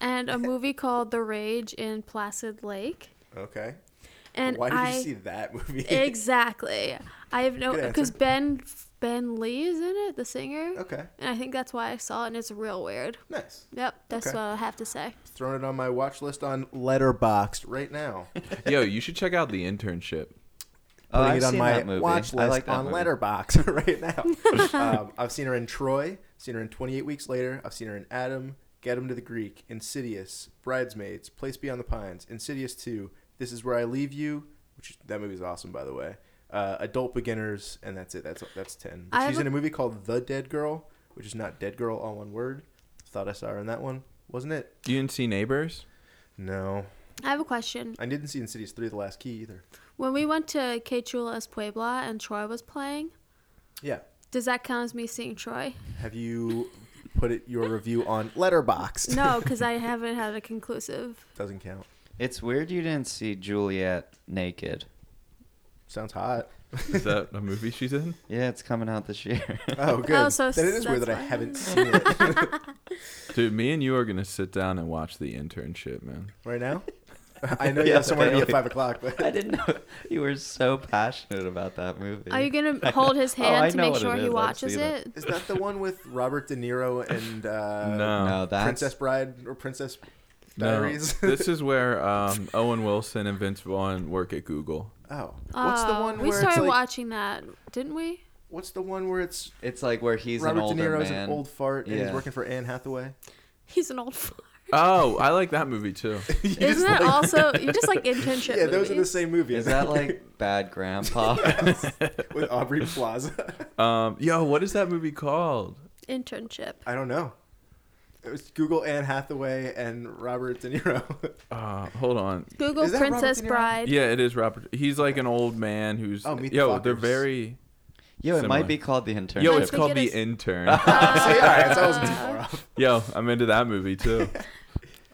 S2: and a movie called The Rage in Placid Lake.
S4: Okay.
S2: And
S4: Why did
S2: I
S4: you see that movie?
S2: exactly. I have no
S4: Good answer.
S2: because Ben Ben Lee is in it, the singer.
S4: okay,
S2: And I think that's why I saw it, and it's real weird.
S4: nice.
S2: Yep, that's
S4: Okay.
S2: what I have to say.
S4: Throwing it on my watch list on Letterboxd right now. Putting
S3: Yo, you should check out the internship.
S1: Oh, I've
S4: it on
S1: seen
S4: my
S1: that movie.
S4: watch list
S1: I like that
S4: on
S1: movie.
S4: Letterboxd right now. um, I've seen her in Troy. Seen her in 28 Weeks Later. I've seen her in Adam. Get 'em to the Greek. Insidious. Bridesmaids. Place Beyond the Pines. Insidious 2. This is where I leave you. Which is, that movie's awesome, by the way. Uh, adult beginners, and that's it. That's that's ten.
S2: I
S4: She's
S2: have
S4: in
S2: a-
S4: a movie called The Dead Girl, which is not Dead Girl, all one word. Thought I saw her in that one, wasn't it?
S3: You didn't see Neighbors?
S4: No,
S2: I have a question.
S4: I didn't see Insidious 3 The Last Key either.
S2: When we went to K Chula's Puebla and Troy was playing,
S4: Yeah.
S2: does that count as me seeing Troy?
S4: Have you put it, your review on Letterboxd?
S2: No, because I haven't had a conclusive.
S4: Doesn't count.
S1: It's weird you didn't see Juliet naked.
S4: Sounds hot.
S3: Is that a movie she's in?
S1: Yeah, it's coming out this year.
S4: Oh, good.
S2: Oh, so
S4: then it is weird
S2: that's
S4: that I
S2: why.
S4: haven't seen it
S3: Dude, me and you are gonna sit down and watch the internship, man.
S4: right now. I know you
S1: Yeah,
S4: have somewhere to be at
S1: Bailey.
S4: 5 o'clock, but
S1: I didn't know you were so passionate about that movie.
S2: Are you gonna hold his
S1: Oh,
S2: hand
S1: I
S2: to
S1: know
S2: make
S1: what it
S2: sure
S1: is.
S2: he
S1: I've
S2: watches
S1: seen it.
S2: it?
S4: is that the one with Robert De Niro and uh,
S3: No.
S1: No, that's
S4: Princess Bride or Princess Diaries?
S3: No, this is where um, Owen Wilson and Vince Vaughn work at Google.
S4: oh. What's the
S2: Oh,
S4: one
S2: we
S4: where it's
S2: started
S4: like,
S2: watching that, didn't we?
S4: what's the one where it's
S1: It's like where he's
S4: Robert
S1: an
S4: De
S1: older
S4: Niro's
S1: man.
S4: an old fart and he's
S1: Yeah.
S4: working for Anne Hathaway?
S2: He's an old. F-
S3: Oh, I like that movie too.
S4: You just
S2: Isn't that
S4: like-
S2: also you just like internship?
S4: Yeah, those are the
S2: movies.
S4: same movie.
S1: Is that like Bad Grandpa?
S4: with Aubrey Plaza?
S3: Um, yo, what is that movie called?
S2: internship.
S4: I don't know. It was Google Anne Hathaway and Robert De Niro.
S3: Uh, hold on.
S2: Google
S4: Is that Robert
S2: Princess
S4: De Niro?
S2: Bride.
S3: Yeah, it is Robert. He's like an old man who's.
S4: Oh, Meet the
S3: yo, they're
S4: Fockers.
S3: very.
S1: Yo, it
S3: Similar.
S1: might be called the internship.
S3: Yo, it's
S2: think
S3: called
S2: it
S3: The
S2: is-
S3: Intern.
S4: so yeah, all right, so I wasn't too
S2: Uh.
S4: far off.
S3: yo, I'm into that movie too.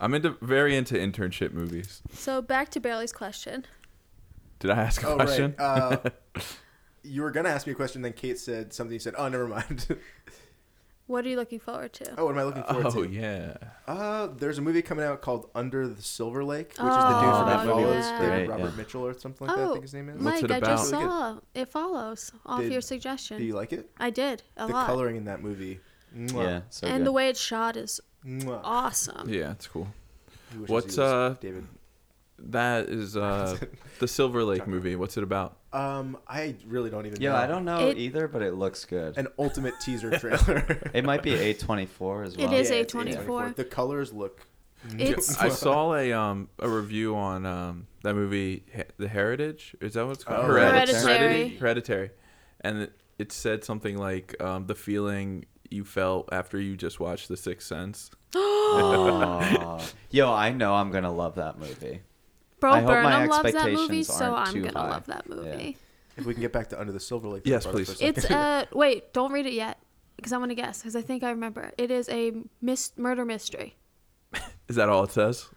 S3: I'm into very into internship movies.
S2: So back to Bailey's question.
S3: Did I ask a
S4: Oh
S3: question?
S4: right. Uh, you were gonna ask me a question, then Kate said something. You said, "Oh, never mind."
S2: What are you looking forward to?
S4: oh, what am I looking forward
S3: oh
S4: to?
S3: yeah.
S4: Uh, there's a movie coming out called Under the Silver Lake, which is the dude
S2: Oh,
S4: from
S1: that
S4: It
S1: movie
S4: Follows,
S1: was
S4: David
S1: great,
S4: Robert
S1: yeah.
S4: Mitchell or something like that. I
S2: Oh,
S4: think his name is.
S3: Mike-
S2: Mike,
S3: it
S2: I just
S4: about?
S2: saw it follows off
S4: Did-
S2: your
S4: Do
S2: suggestion.
S4: you like it?
S2: I did a
S4: the
S2: lot,
S4: coloring in that movie.
S1: Yeah,
S4: Mwah.
S1: so
S2: and
S1: good.
S2: the way it's shot is
S4: Mwah.
S2: awesome.
S3: Yeah, it's cool.
S4: He wishes he
S3: What's,
S4: was
S3: uh,
S4: David?
S3: That is uh, the Silver Lake movie. What's it about?
S4: Um, I really don't even.
S1: Yo,
S4: know.
S1: I don't know
S2: It-
S1: either, but it looks good.
S4: An ultimate teaser trailer.
S1: it might be A24 as well.
S2: is
S4: Yeah,
S2: a-
S4: it's
S2: A24.
S4: The colors look.
S2: It's
S3: I saw a um a review on um that movie He- The Heritage. Is that what it's called?
S4: Oh, Hereditary.
S2: Hereditary.
S3: Hereditary. And it, it said something like um, the feeling you felt after you just watched The Sixth Sense.
S1: Aw. Yo, I know I'm going to love that movie.
S2: Bro
S1: I hope my
S2: Burnham loves that movie,
S1: expectations
S2: so
S1: aren't
S2: I'm
S1: too
S2: gonna
S1: high.
S2: love that movie.
S4: If we can get back to Under the Silver Lake.
S3: Yes,
S4: for a
S3: please.
S4: second.
S2: It's a wait. Don't read it yet, because I'm gonna guess. Because I think I remember. It is a mis- murder mystery.
S3: Is that all it says?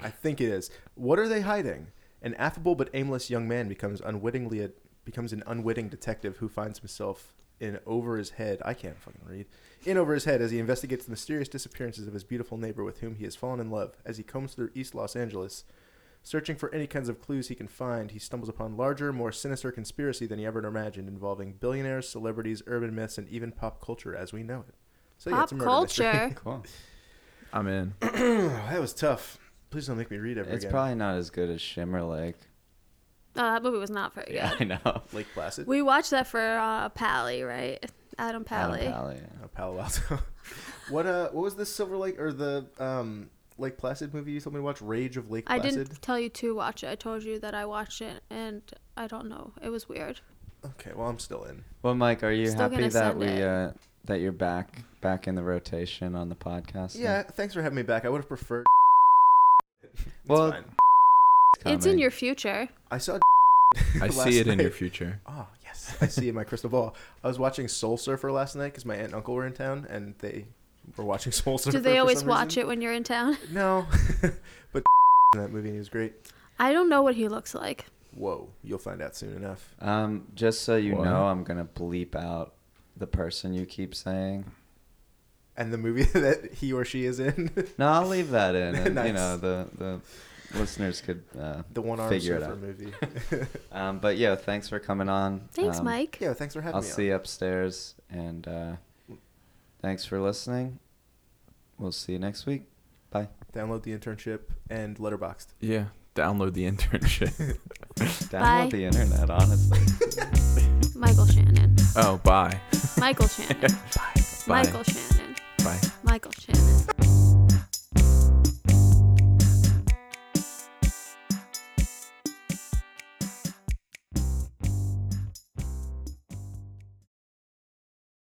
S4: I think it is. What are they hiding? An affable but aimless young man becomes unwittingly a, becomes an unwitting detective who finds himself in over his head. I can't fucking read. In over his head as he investigates the mysterious disappearances of his beautiful neighbor with whom he has fallen in love. As he combs through East Los Angeles, searching for any kinds of clues he can find, he stumbles upon larger, more sinister conspiracy than he ever imagined, involving billionaires, celebrities, urban myths, and even pop culture as we know it. So yeah,
S2: Pop
S4: it's a murder mystery.
S2: culture.
S1: Cool.
S3: I'm in.
S4: Oh, that was tough. Please don't make me read ever
S1: It's
S4: again.
S1: probably not as good as Shimmer Lake.
S2: Oh, that movie was not very
S1: Yeah,
S2: good.
S1: I know.
S4: Lake Placid.
S2: We watched that for uh, Pally, right?
S1: Adam
S2: Adam Pally.
S1: Pally, yeah.
S4: Uh, Palo Alto. what uh? What was the Silver Lake or the um Lake Placid movie you told me to watch? Rage of Lake
S2: I
S4: Placid.
S2: didn't tell you to watch it. I told you that I watched it, and I don't know. It was weird.
S4: Okay, well I'm still in.
S1: Well, Mike, are you
S2: Still
S1: happy
S2: gonna
S1: that
S2: send
S1: we
S2: it.
S1: uh, that you're back back in the rotation on the podcast? now?
S4: Yeah, thanks for having me back. I would have preferred. It's
S1: Well-
S4: fine.
S2: It's in
S1: coming.
S2: your future.
S4: I saw.
S3: I
S4: last
S3: see it in your
S4: night.
S3: future.
S4: Oh yes, I see in my crystal ball. I was watching Soul Surfer last night because my aunt and uncle were in town and they were watching Soul Surfer.
S2: Do they
S4: for
S2: always
S4: some
S2: watch
S4: reason.
S2: it when you're in town?
S4: No, but in that movie and he was great.
S2: I don't know what he looks like.
S4: Whoa, you'll find out soon enough.
S1: Um, just so you
S3: What?
S1: know, I'm gonna bleep out the person you keep saying.
S4: And the movie that he or she is in.
S1: No, I'll leave that in. And, You
S4: Nice.
S1: know the the listeners could uh,
S4: The one arm
S1: figure it
S4: surfer
S1: out.
S4: movie.
S1: Um, but yeah, thanks for coming on.
S2: Thanks,
S1: Um,
S2: Mike.
S4: yeah, thanks for having
S1: I'll
S4: me.
S1: see you upstairs, and uh, thanks for listening. We'll see you next week. Bye.
S4: on. Download the internship and letterboxed.
S3: Yeah, download the internship.
S2: Bye.
S1: Download the internet, honestly.
S2: Michael Shannon.
S3: oh, bye.
S2: Michael Shannon.
S3: Bye.
S2: Michael Shannon.
S3: Bye.
S2: Michael Shannon.